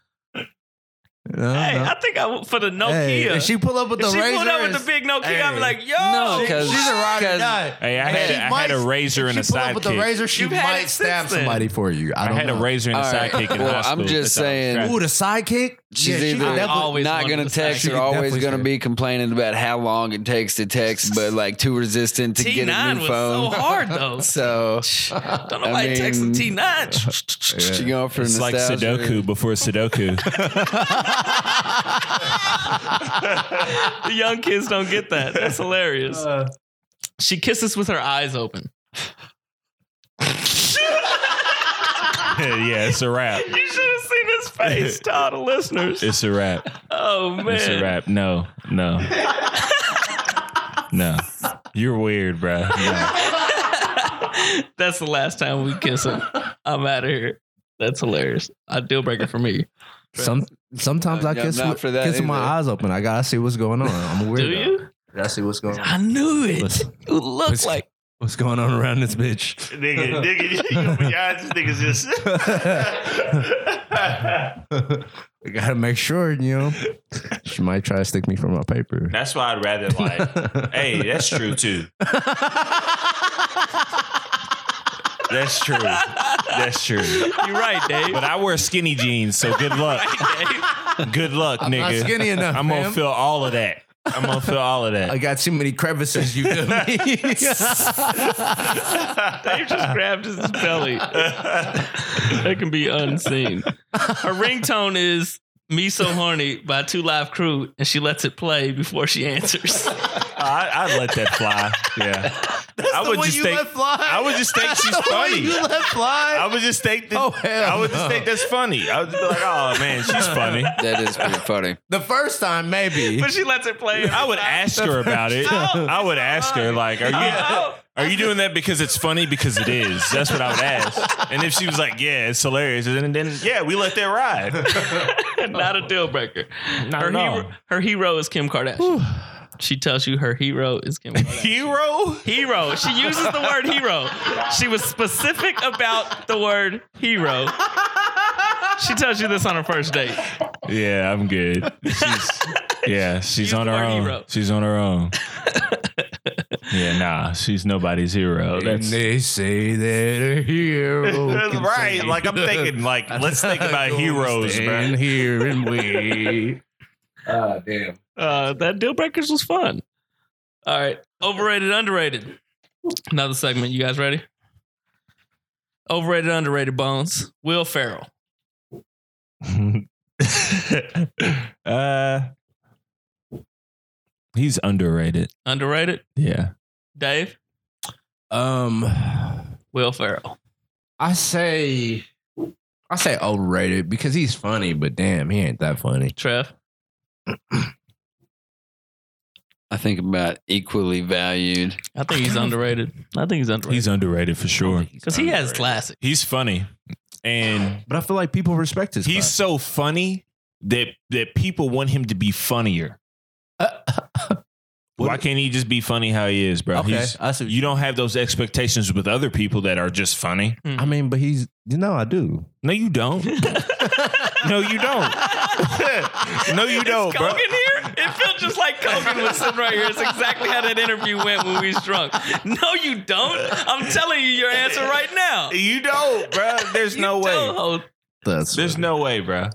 C: No,
B: hey,
C: no.
B: I think I w- for the Nokia.
C: Hey, if
B: if she,
C: she pull up with the razor,
B: pulled up with
C: and-
B: the big Nokia, I'd be
C: Hey.
B: like, yo,
D: No,
B: she-
D: because
C: she's a ride or die.
E: Hey, I
C: If
E: had,
C: she
E: I had
C: might-
E: a razor
C: if
E: and a
C: she pull up with the
E: sidekick.
C: razor, she
B: You've had
C: might
B: it
C: stab
B: since then.
C: somebody for you. I
E: I,
C: don't
E: had
C: know.
E: a razor and a
D: All right.
E: sidekick in
D: Well,
E: high
D: I'm
E: school.
D: just
E: That's how I
D: saying-
E: describe
C: Ooh,
E: it.
C: the sidekick.
D: She's
C: she
D: either
C: could definitely-
B: always
D: not
B: wanted
D: gonna
B: to say-
D: text
C: She
D: or
C: could
D: always
C: definitely
D: gonna
C: say.
D: be complaining about how long it takes to text, but like too resistant to get a
B: T9
D: new
B: was
D: phone.
B: so hard, though.
D: So,
B: Don't
D: I
B: nobody text
D: mean-
B: the T9.
D: she going for
E: It's like
D: nostalgia.
E: Sudoku before Sudoku.
B: the young kids don't get that. That's hilarious.
C: Uh,
B: she kisses with her eyes open.
E: yeah, it's a rap.
B: You should have seen his face to all the listeners.
E: It's a rap.
B: oh man.
E: It's a rap. No, no, no. You're weird, bro. No.
B: That's the last time we kiss him. I'm out of here. That's hilarious. A deal breaker for me.
C: Some sometimes I
D: Yeah,
C: kiss
D: not
C: with-
D: for that eh,
C: kiss with my
D: either.
C: eyes open. I gotta see what's going on. I'm a weirdo.
B: Do you?
C: Gotta see what's going on.
B: I knew it.
C: Listen.
B: You look
C: Listen.
B: like
C: What's going on around this bitch?
E: Nigga, nigga, y'all just niggas
C: we gotta make sure, you know. She might try to stick me for my paper.
E: That's why I'd rather Hey, that's true too. That's true. That's true.
B: you're right, Dave.
E: But I wear skinny jeans, so good luck. Good luck,
C: I'm not
E: nigga.
C: skinny enough,
E: I'm gonna
C: fam.
E: feel all of that. I'm gonna feel all of
C: I
E: that.
C: got too many crevices. You do me.
B: Dave just grabbed his belly. that can be unseen. Her ringtone is "Me So Horny" by Two Live Crew, and she lets it play before she answers.
E: I, I'd let that fly. Yeah. I would just think.
C: fly.
E: I would just think she's
C: The one
E: funny.
C: you let fly.
E: I would just think that.
C: Oh, hell
E: I would just
C: no.
E: think that's funny. I would just be like, oh man, she's funny.
D: That is pretty funny.
C: the first time, maybe.
B: but she lets it play.
E: I would ask her about it. I would ask her like, are you
B: Oh,
E: are you doing that because it's funny? Because it is. That's what I would ask. And if she was like, yeah, it's hilarious, then then yeah, we let that ride.
B: not a deal breaker.
E: Not
B: her,
E: at all.
B: hero, her hero is Kim Kardashian. She tells you her hero is Kim Kardashian.
E: Hero.
B: hero. She uses the word hero. She was specific about the word hero. She tells you this on her first date.
E: Yeah, I'm good. She's, yeah, she's
B: Use
E: on
B: the
E: her
B: word
E: own.
B: hero.
E: She's on her own. yeah, nah, she's nobody's hero. That's
C: they say that a hero.
E: That's right. Like I'm thinking, like let's think about heroes,
C: man.
E: man.
C: here and wait. Ah, damn.
B: Uh, that deal breakers was fun. All right, overrated, underrated. Another segment. You guys ready? Overrated, underrated. Bones. Will Ferrell.
E: uh, he's underrated.
B: Underrated.
E: Yeah,
B: Dave.
C: Um,
B: Will Ferrell.
C: I say, I say overrated because he's funny, but damn, he ain't that funny.
B: Trev.
D: I think about equally valued.
B: I think he's underrated. I think he's underrated.
E: he's underrated for sure.
B: because he has classic.
E: He's funny, and
C: But I feel like people respect his.
E: he's so funny that that people want him to be funnier. Why can't he just be funny how he is, bro?
C: okay,
E: He's,
C: I see. what
E: you don't have those expectations with other people that are just funny.
C: I mean, but he's you know I do.
E: No, you don't. no, you don't. no, Oh, you don't,
B: Is
E: bro.
B: Kogan here? It felt just like Kogan was sitting right here. It's exactly how that interview went when we was drunk. No, you don't. I'm telling you your answer right now.
E: You don't, bro. There's no way.
B: Don't.
C: That's
E: There's no way, bro.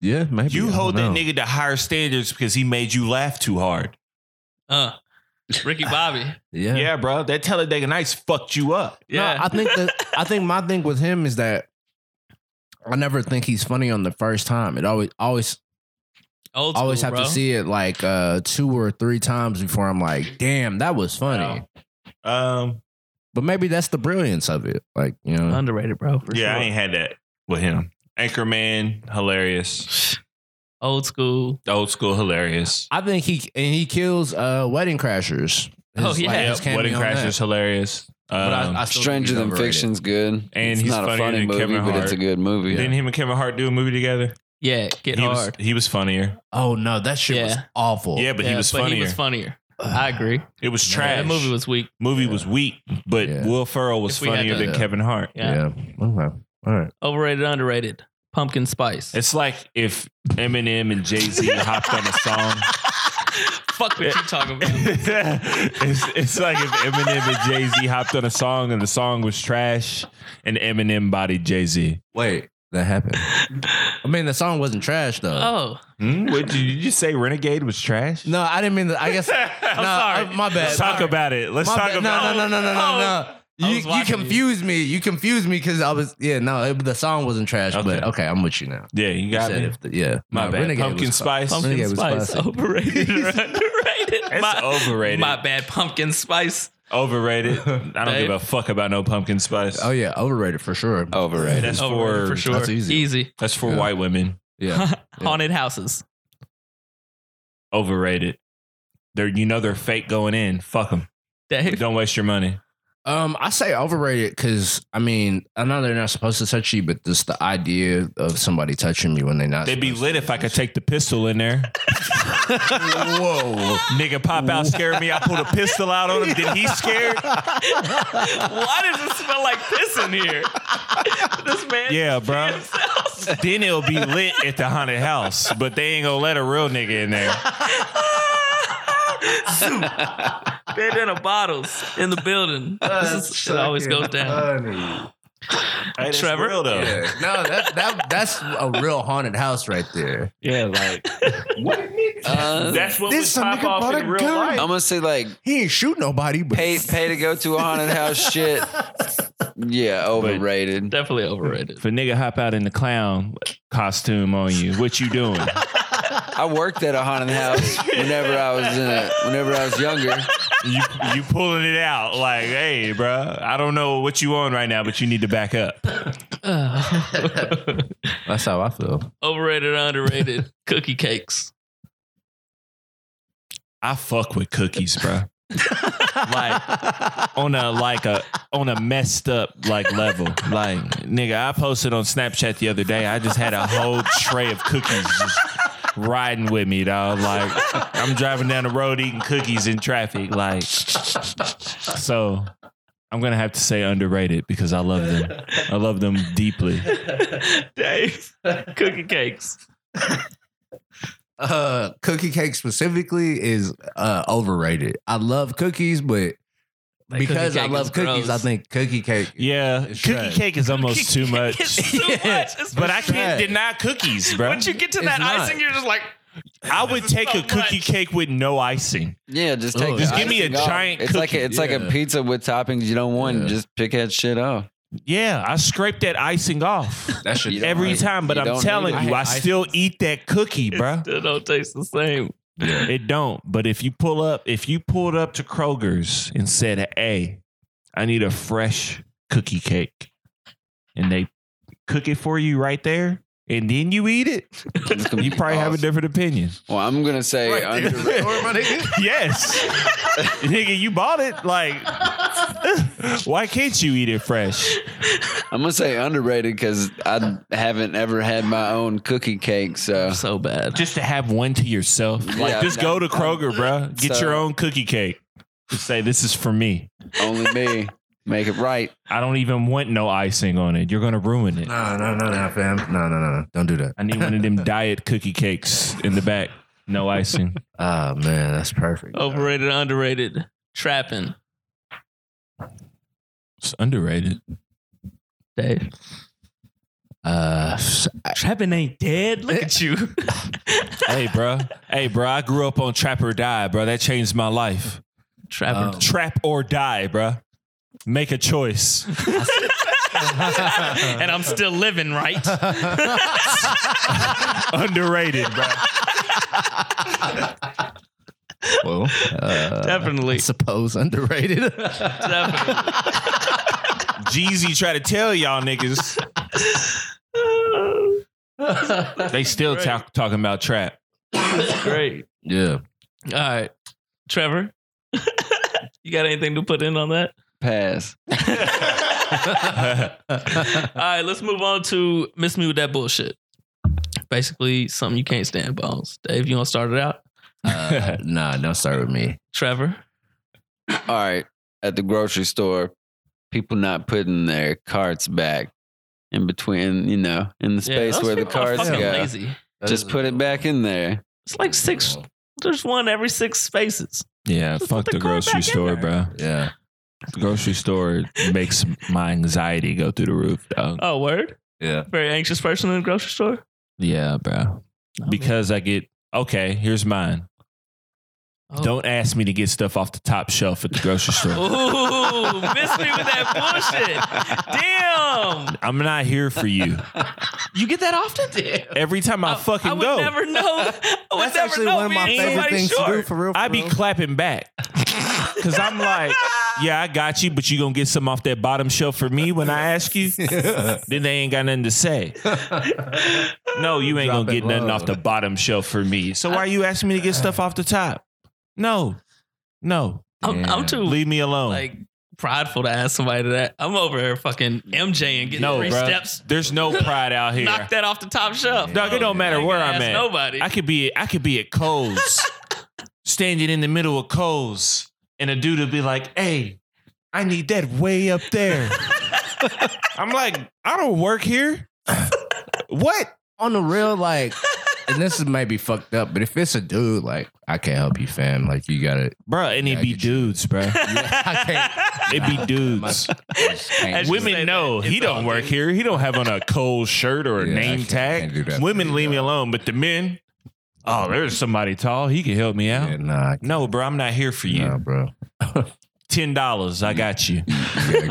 C: yeah, maybe I
E: You
C: don't
E: hold that
C: know.
E: nigga to higher standards because he made you laugh too hard.
B: Uh, Ricky Bobby.
C: Yeah,
E: Yeah, bro. That Talladega Nights fucked you up.
B: Yeah.
C: No, I think that I think my thing with him is that I never think he's funny on the first time. It always always
B: Old
C: always
B: school,
C: have
B: bro.
C: to see it like uh two or three times before I'm like, damn, that was funny.
E: Um.
C: But maybe that's the brilliance of it. Like, you know.
B: Underrated, bro. for
E: yeah,
B: sure.
E: I ain't had that with him. Anchorman, hilarious.
B: Old school.
E: Old school, hilarious.
C: I think he and he kills uh wedding crashers.
B: Oh, yeah.
C: his cameo
E: Wedding
C: on that.
E: Crashers, hilarious.
C: But I-
E: Um,
C: I still think
D: Stranger
C: he's
D: Than
C: overrated.
D: Fiction's good.
E: And
D: it's
E: he's
D: not a
E: funnier
D: funny
E: than
D: movie,
E: Kevin
D: but it's a
E: Hart.
D: good movie.
E: Didn't him and Kevin Hart do a movie together?
B: Yeah, get
E: he
B: hard.
E: was he was funnier.
C: Oh no, that shit was
B: Yeah.
C: awful.
E: Yeah, but
B: Yeah,
E: he was
B: But
E: funnier.
B: he was funnier. I agree.
E: it was
C: Yeah,
E: trash.
B: That movie was weak.
E: movie was weak, but
C: Yeah.
E: Will Ferrell was
B: If we had
E: funnier
B: to-
E: than Kevin Hart.
B: Yeah.
C: Yeah. Okay. All right.
B: Overrated, underrated. Pumpkin spice.
E: It's like if Eminem and Jay Z hopped on a song.
B: Fuck what you talking about.
E: it's, it's like if Eminem and Jay Z hopped on a song and the song was trash, and Eminem bodied Jay Z.
C: Wait, that happened. I mean, the song wasn't trash though.
B: Oh,
E: Hmm? What, did you just say Renegade was trash?
C: No, I didn't mean that. I guess.
E: I'm
C: no,
E: sorry.
C: I- my bad.
E: Let's talk
C: Sorry.
E: about it. Let's
C: My
E: talk
C: bad.
E: about
C: no, no, no, no, no, no, no.
B: I
C: You,
B: was
C: you
B: watching you.
C: confused me. You confused me because I was yeah no it, the song wasn't trash but
E: Okay.
C: okay I'm with you now.
E: Yeah, you
C: You
E: got
C: said
E: me.
C: if the- yeah
E: My
C: No,
E: bad.
C: Renegade
E: Pumpkin
C: was fu-
E: spice.
B: pumpkin
C: Renegade was
B: spice.
C: classic.
B: Overrated or underrated?
E: It's overrated.
B: My bad. Pumpkin spice.
E: Overrated. I don't
B: Babe.
E: give a fuck about no pumpkin spice.
C: Oh yeah, overrated for sure.
E: Oh.
D: Overrated.
E: That's
B: Overrated
E: for,
B: for sure.
C: That's easy.
B: easy.
E: That's for
C: Yeah.
E: white women.
C: Yeah,
B: Haunted houses.
E: Overrated. They're you know they're fake going in. Fuck them.
B: Dave.
E: Don't waste your money.
C: um, I say overrated because I mean I know they're not supposed to touch you, but just the idea of somebody touching you when they're not.
E: They'd be
C: supposed
E: lit if I could take the pistol in there.
C: to. Whoa.
E: Nigga pop out scared me. I pulled a pistol out on him. Did he scared?
B: Why does it smell like piss in here? this man.
E: Yeah, bro. Then it'll be lit at the haunted house, but they ain't gonna let a real nigga in there.
B: Soup. Bandana bottles in the building. This is, it always goes
C: Ah.
B: down.
E: Hey, that's
B: Trevor?
E: real though.
C: Yeah. No, that, that that's a real haunted house right there.
E: Yeah, like
D: Uh,
E: that's what
C: This
E: would
C: some
E: pop
C: nigga
E: off
C: bought
E: in
C: a
E: real
C: gun.
E: life.
D: I'm gonna say like
C: He ain't shoot nobody, but
D: pay pay to go to a haunted house shit. Yeah, overrated.
B: Definitely overrated.
E: If a nigga hop out in the clown costume on you, what you doing?
D: I worked at a haunted house whenever I was in it. Whenever I was younger,
E: you you pulling it out like, hey, bruh, I don't know what you on right now, but you need to back up.
B: Ugh.
C: that's how I feel.
B: overrated, underrated. Cookie cakes.
E: I fuck with cookies, bruh. like on a like a on a messed up like level. Like nigga, I posted on Snapchat the other day. I just had a whole tray of cookies just riding with me, dog. Like I'm driving down the road eating cookies in traffic. Like so I'm gonna have to say underrated because I love them. I love them deeply.
B: Dave, cookie cakes.
C: Uh, cookie cake specifically is uh, overrated. I love cookies, but
B: That
C: because
B: cookie
C: I
B: cake
C: love
B: is
C: cookies,
B: gross.
C: I think cookie cake.
E: Yeah.
C: It's
E: cookie
C: trash.
E: cake is almost too much.
B: It's too
C: Yeah,
B: much. It's
E: But I
C: trash.
E: can't deny cookies, bro.
B: Once you get to
C: It's
B: that
C: not.
B: icing, you're just like,
E: I would
B: This is
E: take
B: so
E: a cookie
B: much.
E: cake with no icing.
D: yeah, just take.
C: Oh,
D: the
C: just give
E: me a
D: icing off.
E: giant
D: It's like a,
C: cookie,
D: it's like
C: yeah.
D: a pizza with toppings you don't want.
C: Yeah.
D: and Just pick that shit off.
E: Yeah, I scrape that icing off
C: That
D: You don't
E: every
D: need-
E: time, but
D: you
E: I'm
D: don't
E: telling
D: need it.
E: you,
C: I
E: I,
C: hate
E: still eat that cookie, bro.
B: it still don't taste the same.
E: It don't. But if you pull up, if you pulled up to Kroger's and said, "Hey, I need a fresh cookie cake," and they cook it for you right there, and then you eat it,
D: It's gonna
E: you
D: be
E: probably have a
D: awesome.
E: different opinion.
D: Well, I'm gonna say underrated.
E: yes, nigga, you bought it like. Why can't you eat it fresh?
D: I'm gonna say underrated because I haven't ever had my own cookie cake. So
B: so bad.
E: Just to have one to yourself. Like,
D: Yeah,
E: just
D: no,
E: go to Kroger, bro. Get
D: so-
E: your own cookie cake. Just say, this is for me.
D: only me make it right.
E: I don't even want no icing on it. You're going to ruin it.
F: No, no, no, no, fam. No, no, no, no. Don't do that.
E: I need one of them diet cookie cakes in the back. No icing.
C: Ah,
F: Oh man, that's perfect.
B: Overrated, underrated, trapping.
E: It's underrated.
B: Dave.
C: Uh,
B: Trapping ain't dead. Look at you.
E: Hey, bro. Hey, bro. I grew up on Trap or Die, bro. That changed my life.
B: Trapping.
E: Trap or die, bro. Make a choice.
C: Oh.
B: and I'm still living, right?
C: Uh.
E: Underrated, bro.
C: well, uh,
B: Definitely.
C: I suppose underrated.
B: Definitely.
E: Jeezy try to tell y'all niggas. They still talk, talking about trap.
B: Great.
C: yeah.
B: All right. Trevor, you got anything to put in on that?
D: Pass.
C: Uh,
B: All right, let's move on to Miss Me with That Bullshit. Basically, something you can't stand, Bones. Dave, you want to start it out?
C: Uh, nah, don't start with me.
B: Trevor?
D: All right, at the grocery store, people not putting their carts back in between. You know, in the space
B: those
D: where the
B: people are
D: carts
B: fucking
D: go.
B: lazy.
D: Just put it back in there.
B: It's like six,
F: Oh.
C: Oh,
B: there's one every six spaces.
E: Yeah,
B: Just
E: fuck
B: put
E: the
B: the car back
E: grocery
B: in
E: store, bro.
B: there.
C: Yeah.
E: The grocery store makes my anxiety go through the roof, dog.
B: Oh, word?
C: Yeah.
B: Very anxious person in the grocery store?
E: Yeah, bro. Because I get okay. Here's mine.
B: Oh.
E: Don't ask me to get stuff off the top shelf at the grocery store.
B: Ooh, miss me with that bullshit. Damn.
E: I'm not here for you.
B: You get that often?
E: Every time I, fucking
B: I would
E: go,
B: never know. I would
F: That's
B: never
F: actually
B: know
F: one of my
B: being
F: favorite
B: somebody
F: things to do
B: short.
F: for real. For
E: I be
F: real.
E: clapping back because I'm like, yeah, I got you, but you gonna get some off that bottom shelf for me when I ask you. Then they ain't got nothing to say. No, you ain't
C: Drop
E: gonna
C: it
E: get nothing
C: low.
E: off the bottom shelf for me. So why are you asking me to get stuff off the top? No, no,
B: I'm, I'm too
E: leave me alone.
B: like prideful to ask somebody that. I'm over here fucking MJ and getting
E: no,
B: three
E: bruh.
B: steps.
E: There's no pride out here.
B: Knock that off the top shelf.
E: Dog, it don't matter
B: I ain't
E: where
B: gonna
E: I'm
B: ask
E: at.
B: Nobody.
E: I could be I could be at Coles, standing in the middle of Coles, and a dude would be like, "Hey, I need that way up there." I'm like, I don't work here. what?
C: On the real, like, and this is maybe fucked up, but if it's a dude, like, I can't help you, fam. Like, you gotta.
E: Bruh, and
C: Yeah,
E: it'd
C: I
E: be
C: get you.
E: dudes, bruh.
C: I can't.
E: It'd be dudes.
B: As you say
E: Women know
B: that,
E: he
B: it's
E: don't
B: all
E: work
B: good.
E: here. He don't have on a Coles shirt or a
C: Yeah, I
E: name
C: can't- can't do
E: tag.
C: that for
E: Women
C: you,
E: leave me
C: dog.
E: alone, but the men, oh, there's somebody tall. He can help me out.
C: Yeah, nah,
E: No, bro, I'm not here for you.
C: nah, bro.
E: Ten dollars, I got you.
C: You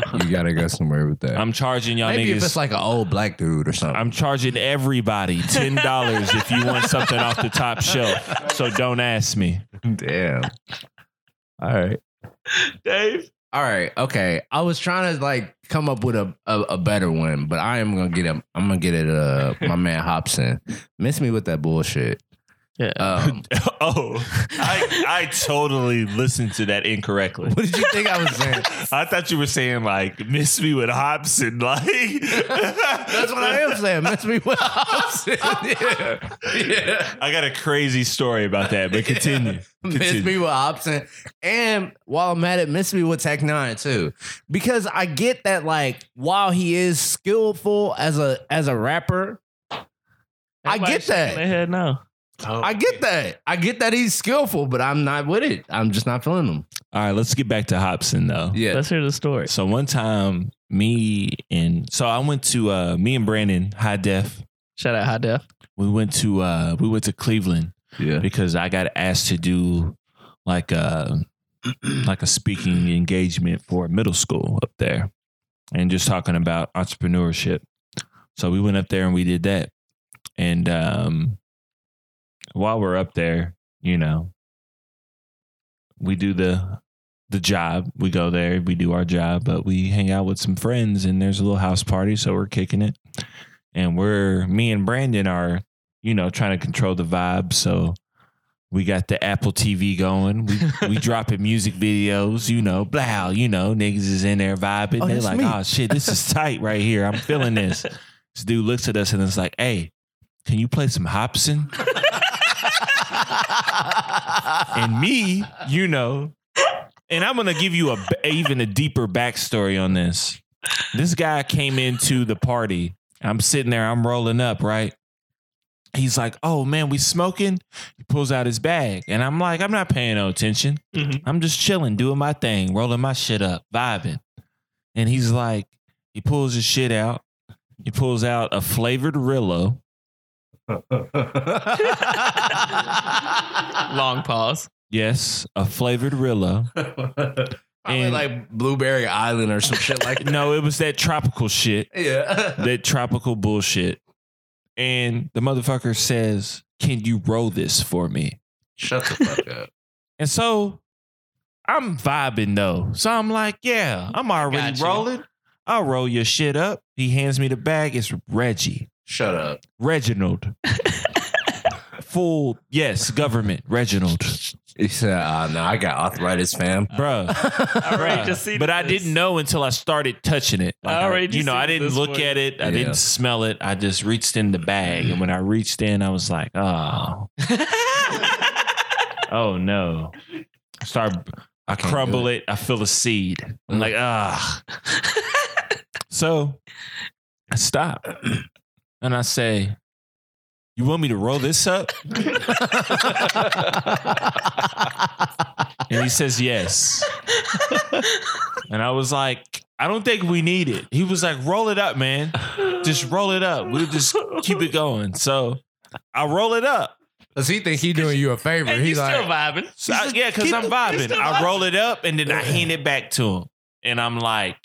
C: gotta, you gotta go somewhere with that.
E: I'm charging y'all
C: maybe if
E: niggas.
C: it's like an old black dude or something.
E: I'm charging everybody ten dollars if you want something off the top shelf. So don't ask me.
C: Damn. All right.
B: Dave.
C: All right. Okay. I was trying to like come up with a, a, a better one, but I am gonna get him. I'm gonna get it. Uh, my man Hobson. Miss me with that bullshit.
B: Yeah.
C: Um,
E: Oh, I I totally listened to that incorrectly.
C: what did you think I was saying?
E: I thought you were saying like miss me with Hobson, like
C: That's what I am saying. Miss me with Hobson. yeah. Yeah.
E: I got a crazy story about that, but continue.
C: Miss me with Hobson. And while I'm at it, miss me with Tech Nine too. Because I get that like while he is skillful as a as a rapper, I
B: Everybody
C: get that.
B: shaking their head now.
C: I get that. I get that he's skillful, but I'm not with it. I'm just not feeling him.
E: All right, let's get back to Hobson though.
C: Yeah.
B: Let's hear the story.
E: So one time, me and so I went to uh, me and Brandon High Def.
B: Shout out High Def.
E: we went to uh we went to Cleveland
C: Yeah.
E: because I got asked to do like a like a speaking engagement for middle school up there and just talking about entrepreneurship. So we went up there and we did that. And um while we're up there, you know, we do the the job. We go there, we do our job, but we hang out with some friends and there's a little house party, so we're kicking it. And we're me and Brandon are, you know, trying to control the vibe. So We got the Apple TV going. We we dropping music videos, you know, blah, you know, niggas is in there vibing.
F: Oh,
E: They're
F: that's
E: like,
F: me.
E: oh shit, this is tight right here. I'm feeling this. This dude looks at us and it's like, hey, can you play some Hobson? and me, you know, and I'm gonna give you a b- even a deeper backstory on this. This guy came into the party. I'm sitting there, I'm rolling up, right? He's like, "Oh man, we smoking." He pulls out his bag, and I'm like, "I'm not paying no attention.
B: Mhm.
E: I'm just chilling, doing my thing, rolling my shit up, vibing." And he's like, he pulls his shit out. He pulls out a flavored Rillo.
B: Long pause.
E: Yes, a flavored Rillo.
F: Probably
E: And-
F: like Blueberry Island or some shit like that.
E: No, it was that tropical shit.
F: Yeah.
E: that tropical bullshit. And the motherfucker says, Can you roll this for me?
F: Shut the fuck up.
E: And so I'm vibing though. So I'm like, Yeah, I'm already
B: Gotcha.
E: rolling. I'll roll your shit up. He hands me the bag. It's Reggie.
F: Shut up.
E: Reginald. Full, yes, government. Reginald.
F: He said, uh, no, I got arthritis, fam.
E: Bruh.
B: I already
E: Bruh.
B: just seen
E: Uh, but I
B: this.
E: didn't know until I started touching it.
B: I already
E: you know, I
B: seen
E: didn't
B: this
E: look
B: one.
E: at it. I
F: Yeah.
E: didn't smell it. I just reached in the bag, and when I reached in, I was like, "Oh, oh no!" Start. I
F: can't
E: crumble it. I feel a seed. I'm like, ah. so I stop, and I say, "You want me to roll this up?" and he says, "Yes." And I was like, I don't think we need it. He was like, roll it up, man. Just roll it up. We'll just keep it going. So I roll it up.
F: Does he think he doing you a favor?
B: And you
F: He's
B: still
F: like,
B: vibing.
E: So I- yeah, because I'm vibing. I roll it up and then I hand it back to him. And I'm like,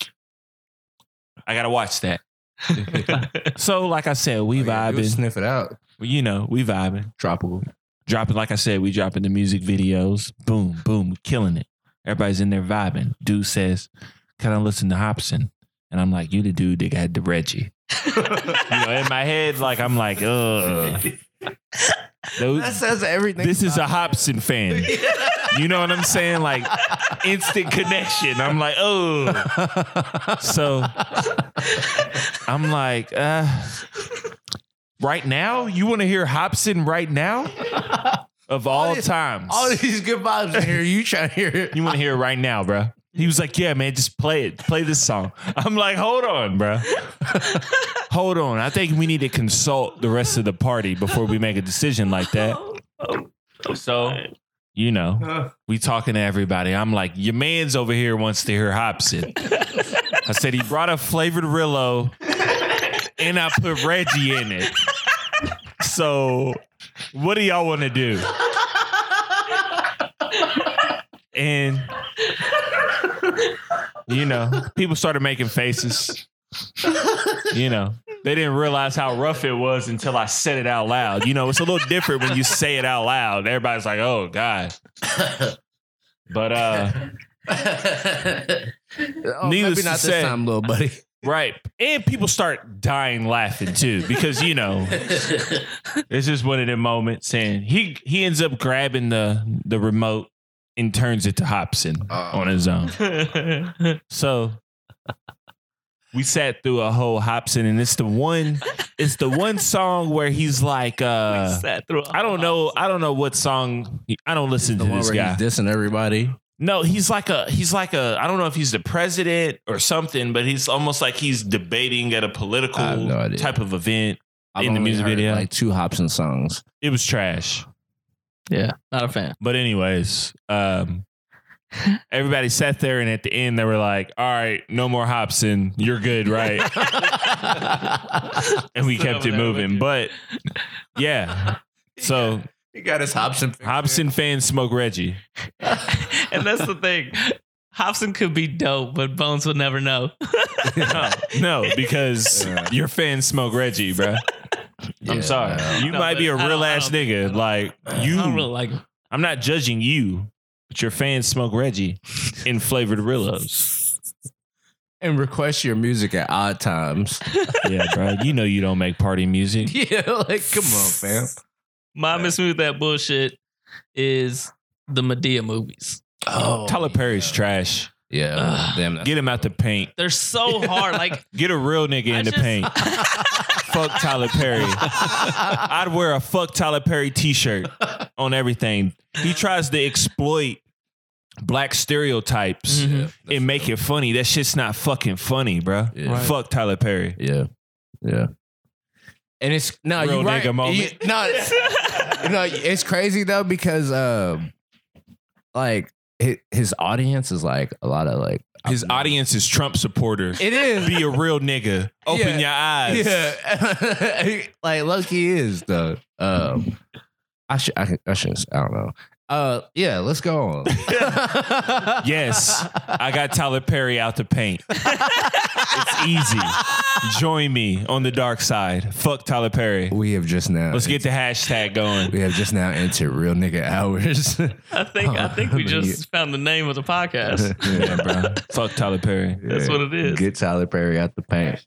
E: I gotta watch that. so like I said, we
F: Oh, yeah, dude,
E: vibing.
F: Sniff it out.
E: You know, we vibing.
F: Tropical.
E: Dropping, like I said, we dropping the music videos. Boom, boom, killing it. Everybody's in there vibing. Dude says, Can I listen to Hobson? And I'm like, You the dude that got the Reggie. you know, in my head, like I'm like, ugh. Those-
F: That says everything.
E: this is a Hobson fan. You know what I'm saying? Like instant connection. I'm like, oh. So I'm like, uh, right now? You want to hear Hobson right now? Of all,
F: this-
E: times.
F: All these good vibes in here. You trying to hear it.
E: you want to hear it right now, bruh. He was like, yeah, man, just play it. Play this song. I'm like, hold on, bruh. hold on. I think we need to consult the rest of the party before we make a decision like that. So, you know, we talking to everybody. I'm like, your man's over here wants to hear Hobson. I said he brought a flavored Rillo, and I put Reggie in it. So, what do y'all want to do? And you know, people started making faces. You know, they didn't realize how rough it was until I said it out loud. You know, it's a little different when you say it out loud. Everybody's like, "Oh God." But uh
F: Oh,
E: Needless
F: maybe
E: to
F: not this
E: say-
F: time, little buddy.
E: right, and people start dying laughing too because you know, it's just one of them moments and he he ends up grabbing the the remote and turns it to Hobson on his own. So we sat through a whole Hobson, and it's the one, it's the one song where he's like, uh,
B: Sat through
E: I don't know, I don't know what song. I don't listen
F: the
E: to
F: one
E: this
F: where
E: guy.
F: he's dissing everybody.
E: No, he's like a, he's like a, I don't know if he's the president or something, but he's almost like he's debating at a political
F: I have no idea.
E: type of event.
F: I've
E: In the
F: only
E: music
F: heard,
E: video.
F: like two Hobson songs.
E: It was trash.
B: Yeah, not a fan.
E: But anyways, um, everybody sat there, and at the end they were like, "All right, no more Hobson, you're good, right?" and we kept it moving. But yeah, so
F: He got his Hobson. fix.
E: Hobson fans smoke Reggie.
B: and that's the thing. Hobson could be dope, but Bones would never know.
E: No, no, because your fans smoke Reggie, bruh.
F: Yeah,
E: I'm sorry.
F: man.
E: You
B: No,
E: might be a
B: but I don't-
E: real
B: I
E: ass
B: don't-
E: nigga. Like
B: I
E: you,
B: don't really like him.
E: I'm not judging you, but your fans smoke Reggie in flavored Rillos.
F: And request your music at odd times.
E: Yeah, bruh. You know you don't make party music.
F: yeah, like come on, fam.
B: Mom is smooth that bullshit. is the Medea movies.
C: Oh,
E: Tyler Perry's trash.
C: Yeah,
B: Ugh.
C: damn. that's-
E: Get him out the paint.
B: They're so hard. Like
E: Get a real nigga
B: I
E: in the
B: just-
E: paint. fuck Tyler Perry. I'd wear a fuck Tyler Perry t-shirt on everything. He tries to exploit black stereotypes
B: Mhm.
C: Yeah, that's-
E: and make it funny. That shit's not fucking funny, bro.
C: Yeah.
B: Right.
E: Fuck Tyler Perry.
C: Yeah, yeah. And it's no,
E: Real
C: you right.
E: nigga moment.
C: You- no, it's, no, it's crazy though because um, like his, his audience is like a lot of like
E: His audience is Trump supporters.
C: It is.
E: Be a real nigga. Open your eyes.
C: Yeah, like Loki is though. Um, I should. I, can- I shouldn't. I don't know. Uh, yeah. Let's go on.
E: Yes, I got Tyler Perry out the paint. it's easy. Join me on the dark side. Fuck Tyler Perry.
C: we have just now.
E: Let's get the hashtag going.
C: We have just now entered real nigga hours.
B: I think I think we
C: Yeah.
B: just found the name of the podcast.
E: Yeah, bro. Fuck Tyler Perry.
B: That's what it is.
C: Get Tyler Perry out the paint.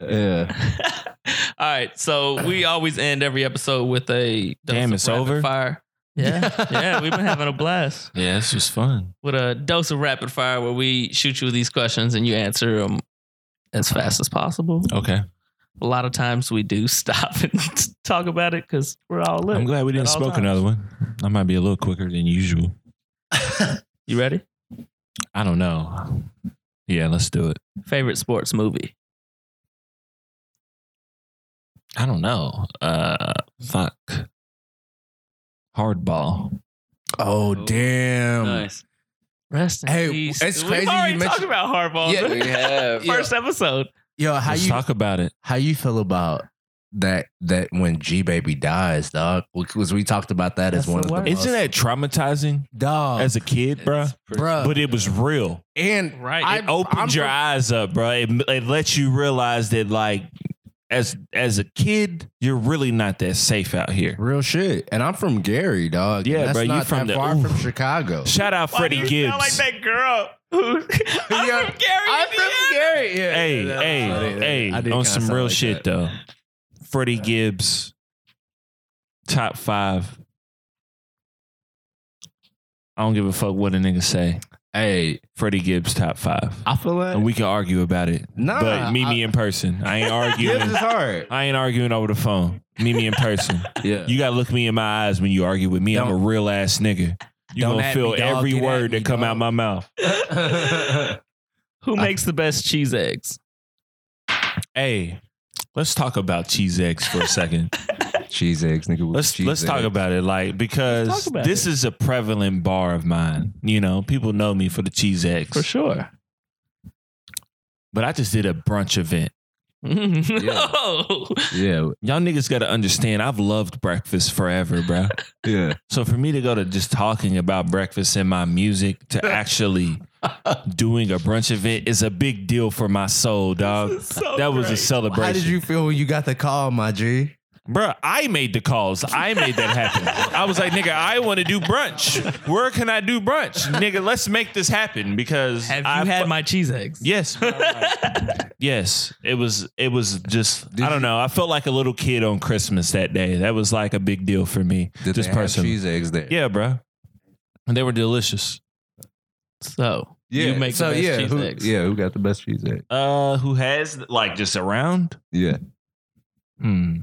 C: Yeah.
B: All right, so we always end every episode with a dose
E: Damn,
B: of
E: it's
B: rapid
E: over?
B: fire. Yeah, yeah, we've been having a blast
E: Yeah, this was fun.
B: with a dose of rapid fire where we shoot you these questions and you answer them as fast as possible.
E: Okay.
B: A lot of times we do stop and talk about it because we're all lit.
E: I'm glad we didn't
B: At all
E: smoke
B: times.
E: another one. I might be a little quicker than usual.
B: You ready?
E: I don't know. Yeah, let's do it.
B: Favorite sports movie?
E: I don't know. Uh fuck. Hardball.
C: Oh damn.
B: Rest in
C: Hey,
B: peace.
C: it's
B: We've
C: crazy you
B: already talked
C: mentioned-
B: about hardball.
C: Yeah,
D: We have.
B: First episode.
C: Yo, how
E: Let's
C: you
E: talk about it.
C: how you feel about that that when G Baby dies, dog? Because we talked about that as
B: That's
C: one
B: the
C: of
B: worst.
C: the
E: Isn't
C: most-
E: that traumatizing
C: dog
E: as a kid, bruh?
C: bruh.
E: But it was real.
C: and
B: Right.
C: I-
E: It opened
C: I'm
E: your
C: from-
E: eyes up, bruh. It, it lets you realize that, like, as as a kid, you're really not that safe out here.
C: real shit. And I'm from Gary, dog.
E: Yeah,
C: And that's
E: bruh, you
C: not
E: from
C: that
E: the-
C: far from
E: oof.
C: Chicago.
E: Shout out Freddie Gibbs.
B: that girl. Who, I'm
C: Yeah.
B: from Gary.
C: I'm from Gary. Yeah,
E: hey,
C: yeah, I
E: hey,
C: did-
E: hey,
C: I did
E: on
C: kinda
E: some
C: sound
E: real
C: like
E: shit
C: that.
E: though. Freddie Gibbs, top five. I don't give a fuck what a nigga say.
C: Hey,
E: Freddie Gibbs, top five.
C: I feel like
E: And we can argue about it.
C: nah,
E: but meet me in person. I ain't
C: Gibbs
E: arguing.
C: is hard.
E: I ain't arguing over the phone. Meet me in person.
C: Yeah.
E: You gotta look me in my eyes when you argue with me. I'm a
C: Don't-
E: real ass nigga. You
C: Don't
E: gonna
C: at
E: feel
C: me, dog.
E: every
C: Get at
E: word
C: me,
E: that come
C: dog.
E: out my mouth.
B: Who makes the best cheese eggs?
E: Hey, let's talk about cheese eggs for a second.
C: cheese eggs, nigga. with
E: let's
C: cheese
E: let's talk
C: eggs.
E: about it like because
B: Let's talk about
E: this is a prevalent bar of mine you know people know me for the cheese eggs
B: For sure.
E: but i just did a brunch event
B: Mm-hmm. no.
C: Yeah,
E: y'all niggas gotta understand i've loved breakfast forever bro
C: yeah.
E: so for me to go to just talking about breakfast and my music to actually doing a brunch event is a big deal for my soul dog Uh, that was a celebration
C: How did you feel when you got the call, my G?
E: Bruh, I made the calls. I made that happen. I was like, nigga, I want to do brunch. Where can I do brunch? Nigga, let's make this happen because
B: Have you
E: I
B: had
E: fu-
B: my cheese eggs?
E: Yes. yes. It was it was just
C: Did
E: I don't know. I felt like a little kid on Christmas that day. That was like a big deal for me.
C: Did
E: just
C: they have
E: personally.
C: cheese eggs there?
E: Yeah, bruh. And they were delicious.
B: So you make
C: so
B: the best
C: yeah,
B: cheese
C: who,
B: eggs.
C: yeah. Who got the best cheese egg?
E: Uh who has like just around?
C: Yeah.
E: Hmm.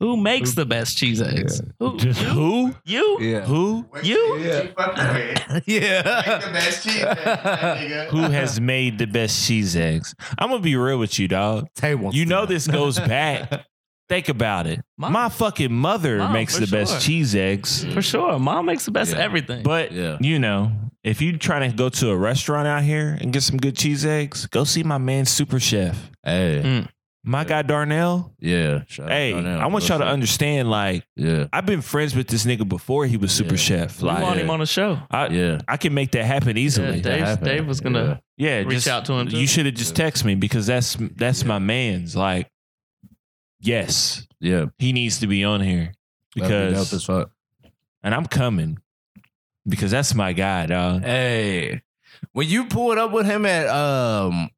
B: Who makes the best cheese eggs? Who? You?
E: Who?
B: You?
C: Yeah.
E: Who?
B: You?
C: yeah.
G: best cheese eggs, nigga.
E: Who has made the best cheese eggs? I'm gonna be real with you, dog.
C: Table.
E: You know this goes back. Think about it.
B: Mom.
E: My fucking mother
B: Mom,
E: makes
B: for
E: the best
B: sure.
E: cheese eggs.
B: For sure. Mom makes the best
C: Yeah.
B: everything.
E: But
C: Yeah.
E: you know, if you trying to go to a restaurant out here and get some good cheese eggs, go see my man Super Chef.
C: Hey.
E: My guy Darnell.
C: Yeah.
B: Uh,
E: Hey, I want y'all to understand, like,
C: Yeah.
E: I've been friends with this nigga before he was Super
C: Yeah.
E: Chef.
B: we
E: Like
B: want him on the show.
E: I
C: Yeah.
E: I can make that happen
B: Yeah,
E: easily. Yeah,
B: Dave,
C: happened.
B: Dave was gonna.
C: Yeah.
B: reach
E: just,
B: out to him, too.
E: You should have just text me because that's that's my man's. Like, yes,
C: Yeah.
E: he needs to be on here because
C: as fuck.
E: and I'm coming because that's my guy, dog.
C: Hey. When you pulled up with him at um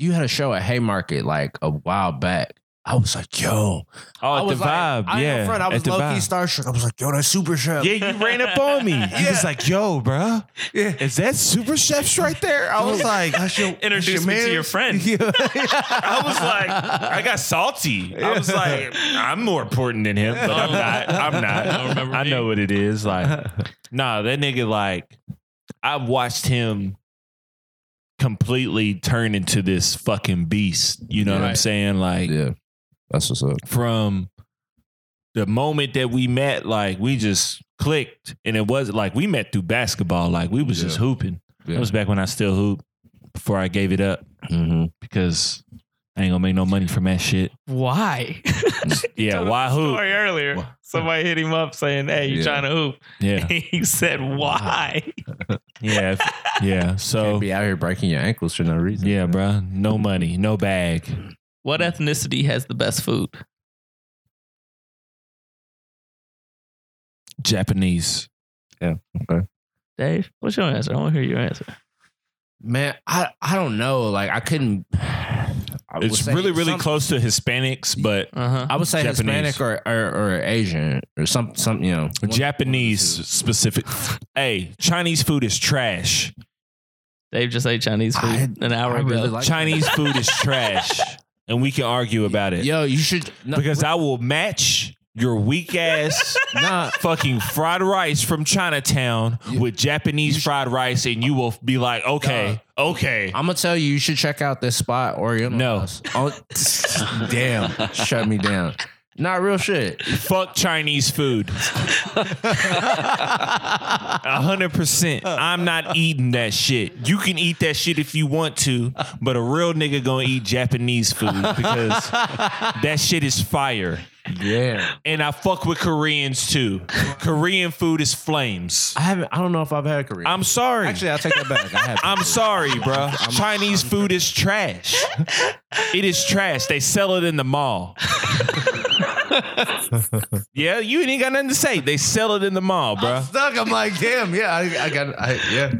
C: you had a show at Haymarket like a while back.
F: I was like, yo. I
E: Oh, at
F: was
E: the
F: like,
E: vibe.
F: I ain't
E: yeah.
F: no friend. I
E: at
F: was
E: the
F: low key
E: vibe.
F: starstruck. I was like, yo, that super chef.
E: Yeah, you ran up on me. You
F: Yeah.
E: was like, yo, bruh, is that super chefs right there? I was like,
F: That's
E: introduce me to your friend.
F: Yeah.
E: I was like, I got salty. I was like, I'm more important than him, but
F: Oh.
E: I'm not. I'm not.
B: I don't remember
E: I know what it is. Like, nah, that nigga, like, I watched him completely turn into this fucking beast. You know what I'm
B: Right.
E: saying? Like,
F: yeah. That's what's up.
E: from the moment that we met, like we just clicked, and it was like we met through basketball. Like we was just
F: Yeah.
E: hooping. That
F: Yeah.
E: was back when I still hooped before I gave it up
F: Mm-hmm.
E: because I ain't gonna make no money from that shit.
B: Why?
E: Yeah,
B: Told him
E: why
B: the
E: hoop?
B: Story earlier,
E: Why-
B: somebody hit him up saying, "Hey, you
F: Yeah.
B: trying to hoop?"
E: Yeah,
B: he said, "Why?"
E: yeah, if- yeah.
F: Can't
E: So
F: be out here breaking your ankles for no reason.
E: yeah, bro. No money, no bag.
B: What ethnicity has the best food?
E: Japanese.
B: Dave, what's your answer? I want to hear your answer.
C: Man, I, I don't know. Like I couldn't. I would
E: It's
C: say
E: really, really
C: some-
E: close to Hispanics, but
B: Uh huh.
C: I would say
E: Japanese.
C: Hispanic or, or or Asian or some some you know one- one
E: Japanese
C: of the two.
E: specific. Hey, Chinese food is trash.
B: Dave just ate Chinese food
C: I-
B: an hour
C: I
B: ago.
C: really like
E: Chinese food is trash, and we can argue about it.
C: Yo, you should no,
E: because I will match your weak ass
C: nah,
E: fucking fried rice from Chinatown
C: You-
E: with Japanese
C: you sh-
E: fried rice, and you will be like, okay, okay.
C: I'm gonna tell you, you should check out this spot Oriental.
E: No.
C: House. Oh, damn, shut me down. Not real shit.
E: Fuck Chinese food. A hundred percent. I'm not eating that shit. You can eat that shit if you want to, but a real nigga gonna eat Japanese food because that shit is fire.
C: Yeah,
E: And I fuck with Koreans too. Korean food is flames.
C: I haven't. I don't know if I've had Korean.
E: I'm sorry.
C: Actually, I'll take that back. I have.
E: I'm sorry, bruh. Chinese food is trash. It is trash. They sell it in the mall. yeah, you ain't got nothing to say. They sell it in the mall, bruh.
F: Stuck. I'm like, damn. Yeah, I, I got. I, yeah.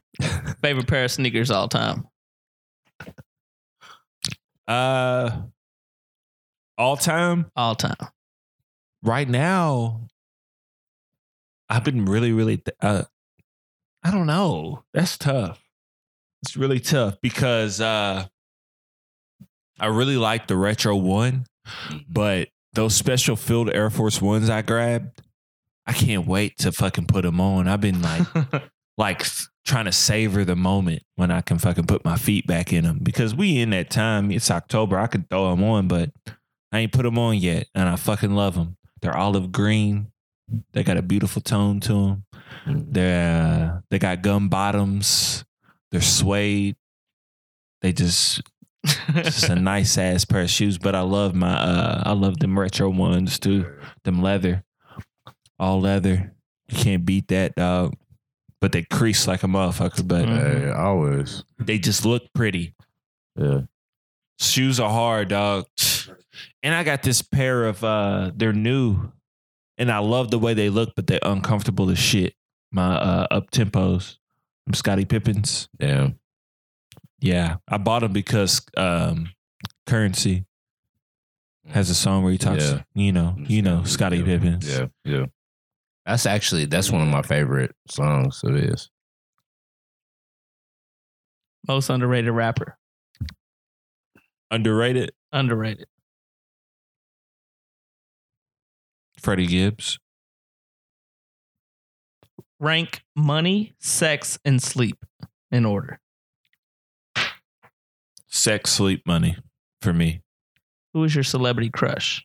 B: Favorite pair of sneakers all time.
E: Uh, all time.
B: All time.
E: Right now, I've been really, really. Th- uh, I don't know. That's tough. It's really tough because uh, I really like the retro one, but those special field Air Force ones I grabbed, I can't wait to fucking put them on. I've been like, like s- trying to savor the moment when I can fucking put my feet back in them because we in that time. It's October. I could throw them on, but I ain't put them on yet, and I fucking love them. They're olive green. They got a beautiful tone to them. They're uh, they got gum bottoms. They're suede. They just just a nice ass pair of shoes. But I love my uh I love them retro ones too. Them leather, all leather. You can't beat that dog. But they crease like a motherfucker. But
B: Mm.
F: Hey, always.
E: they just look pretty.
F: Yeah.
E: Shoes are hard, dog. And I got this pair of uh they're new and I love the way they look, but they're uncomfortable as shit. My uh up tempos. I'm Scotty Pippins.
F: Damn.
E: Yeah. I bought them because um currency has a song where he talks,
F: Yeah.
E: you know, you know, Scotty
F: yeah.
E: Pippins.
F: Yeah. Yeah. That's actually that's one of my favorite songs. It is.
B: Most underrated rapper.
E: Underrated
B: Underrated.
E: Freddie Gibbs.
B: Rank money, sex, and sleep in order.
E: Sex, sleep, money for me.
B: Who is your celebrity crush?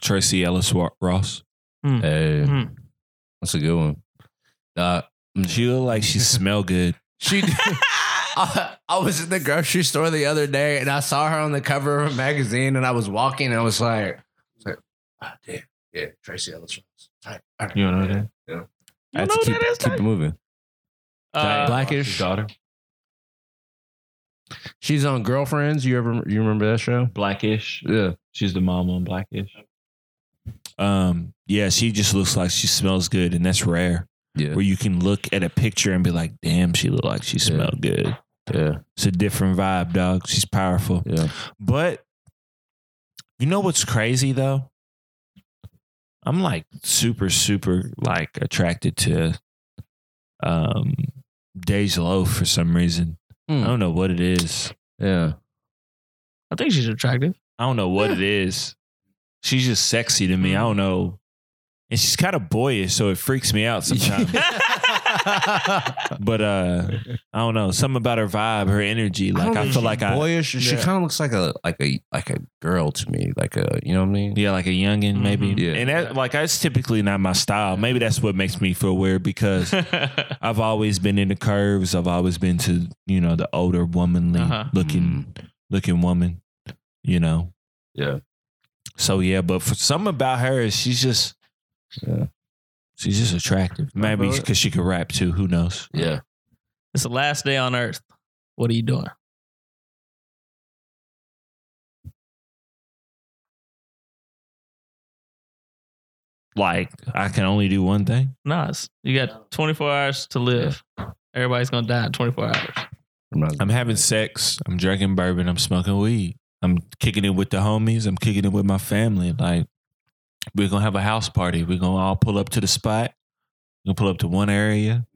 E: Tracy Ellis Wa- Ross.
F: Hey,
B: Mm.
F: that's a good one. Uh,
E: She look like she smell good.
F: She. I, I was in the grocery store the other day and I saw her on the cover of a magazine and I was walking and I was like, I was like "Ah, damn, yeah, Tracy Ellis Ross. All right, all right."
E: You know that?
F: Yeah.
B: You know
F: keep,
B: that is
F: keep it moving.
B: Uh,
E: Blackish daughter.
F: She's on Girlfriends. You ever you remember that show?
E: Blackish.
F: Yeah.
E: She's the mom on Blackish. Um, yeah, she just looks like she smells good, and that's rare.
C: Yeah.
E: where you can look at a picture and be like, damn, she looked like she smelled good.
C: Yeah.
E: It's a different vibe, dog. She's powerful.
C: Yeah.
E: But you know what's crazy though? I'm like super, super like attracted to um Dej Loaf for some reason.
C: Hmm.
E: I don't know what it is.
C: Yeah.
B: I think she's attractive.
E: I don't know what it is. She's just sexy to me. I don't know. And she's kind of boyish, so it freaks me out sometimes. but uh I don't know. Something about her vibe, her energy. Like I, feel like I
C: boyish.
F: She kind of looks like a like a like a girl to me, like a you know what I mean?
E: Yeah, like a youngin, maybe.
B: Mhm.
C: mm-hmm. Yeah.
E: And that, like that's typically not my style. Maybe that's what makes me feel weird because I've always been into curves. I've always been to you know the older womanly
B: Uh-huh.
C: Mm-hmm.
E: looking looking woman. You know.
C: Yeah.
E: So yeah, but for something about her, is she's just.
C: Yeah.
E: She's just attractive. Maybe
C: bro.
E: because she could rap too. Who knows?
C: Yeah.
B: It's the last day on Earth. What are you doing?
E: Like I can only do one thing.
B: Nas, you got 24 hours to live. Everybody's gonna die in 24 hours.
C: I'm not-
E: I'm having sex. I'm drinking bourbon. I'm smoking weed. I'm kicking it with the homies. I'm kicking it with my family. Like we're gonna have a house party. We're gonna all pull up to the spot. We're gonna pull up to one area.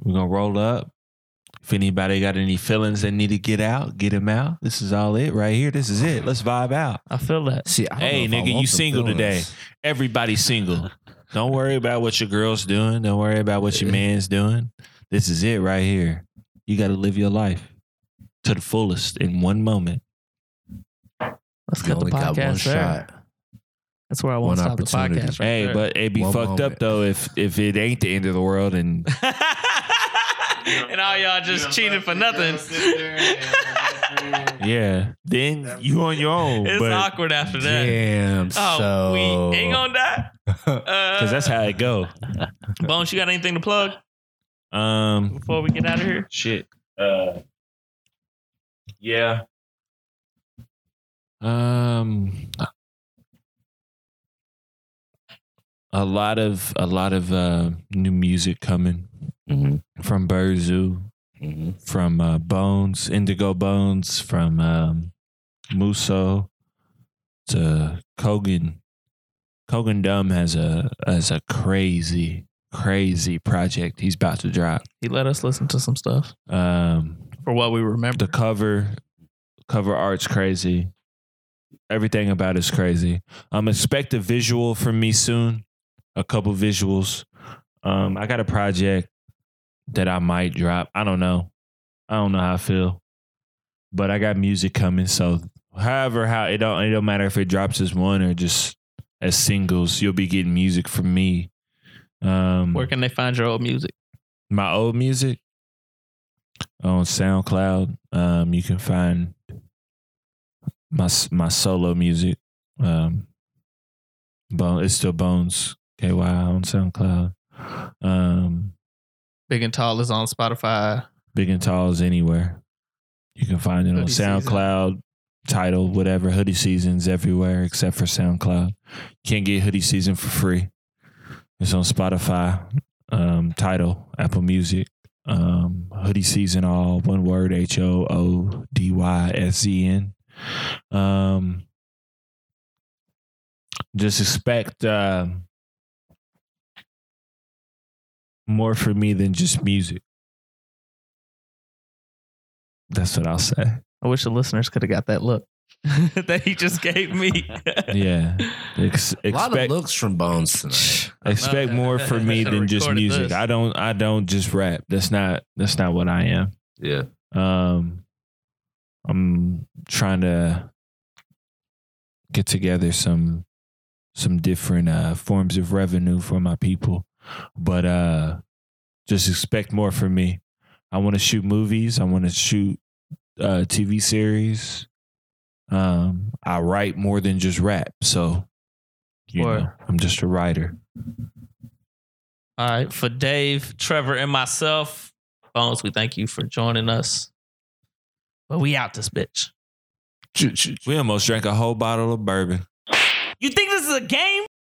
E: We're gonna roll up. If anybody got any feelings that need to get out, get them out. This is all it right here. This is it. Let's vibe out.
B: I feel that.
C: See, I don't
E: Hey,
C: know if I
E: nigga, you
C: want them
E: single today.
C: feelings.
E: Everybody's single. Don't worry about what your girl's doing. Don't worry about what your man's doing. This is it right here. You got to live your life to the fullest in one moment.
B: Let's
C: You
B: cut the
C: only got one
B: podcast there.
C: shot.
B: That's where I want to
C: One
B: stop the
C: opportunity.
B: podcast. Right
E: Hey,
B: there.
E: but it'd be
C: One
E: fucked
C: moment.
E: up though if if it ain't the end of the world and
B: and all y'all just cheating for nothing.
E: yeah, then you on your own.
B: it's
E: But
B: awkward after that.
C: Damn.
B: Oh,
C: so
B: we ain't gonna die. Uh,
E: because that's how it go.
B: Bones, you got anything to plug
E: Um,
B: before we get out of here?
E: shit. Uh, yeah. Um, a lot of a lot of uh, new music coming
B: Mm-hmm.
C: Mhm.
E: from Bird Zoo,
C: Mhm.
E: from uh, Bones, Indigo Bones, from um, Muso to Kogan. Kogan Dumb has a has a crazy crazy project he's about to drop.
B: He let us listen to some stuff
E: Um,
B: for what we remember.
E: the cover cover art's crazy everything about it's crazy um expect a visual from me soon a couple visuals um i got a project that i might drop i don't know i don't know how i feel but i got music coming so however how it don't it don't matter if it drops as one or just as singles you'll be getting music from me um
B: Where can they find your old music?
E: my old music on SoundCloud. Um, you can find my s- my solo music. Um, Bone, it's still Bones KY on SoundCloud. Um,
B: Big and Tall is on Spotify.
E: Big and Tall is anywhere. You can find it on
B: Hoodie Season.
E: SoundCloud, title, whatever. Hoodie Season's everywhere except for SoundCloud. Can't get Hoodie Season for free. It's on Spotify, um, title, Apple Music, um, Hoodie Season, all one word, H O O D Y S E N. Um, just expect uh, more from me than just music. That's what I'll say.
B: I wish the listeners could have got that look that he just gave me.
E: Yeah. Ex-
F: A lot of
E: expect
F: looks from Bones tonight.
E: expect more from me than just
B: Recorded
E: music.
B: this.
E: I don't I don't just rap. That's not that's not what I am.
C: Yeah.
E: Um I'm trying to get together some some different uh forms of revenue for my people. But uh just expect more from me. I want to shoot movies, I want to shoot uh TV series. Um I write more than just rap, so you
B: Word.
E: know, I'm just a writer.
B: All right. For Dave, Trevor, and myself, Bones, we thank you for joining us. But we out this bitch.
E: We almost drank a whole bottle of bourbon.
B: You think this is a game?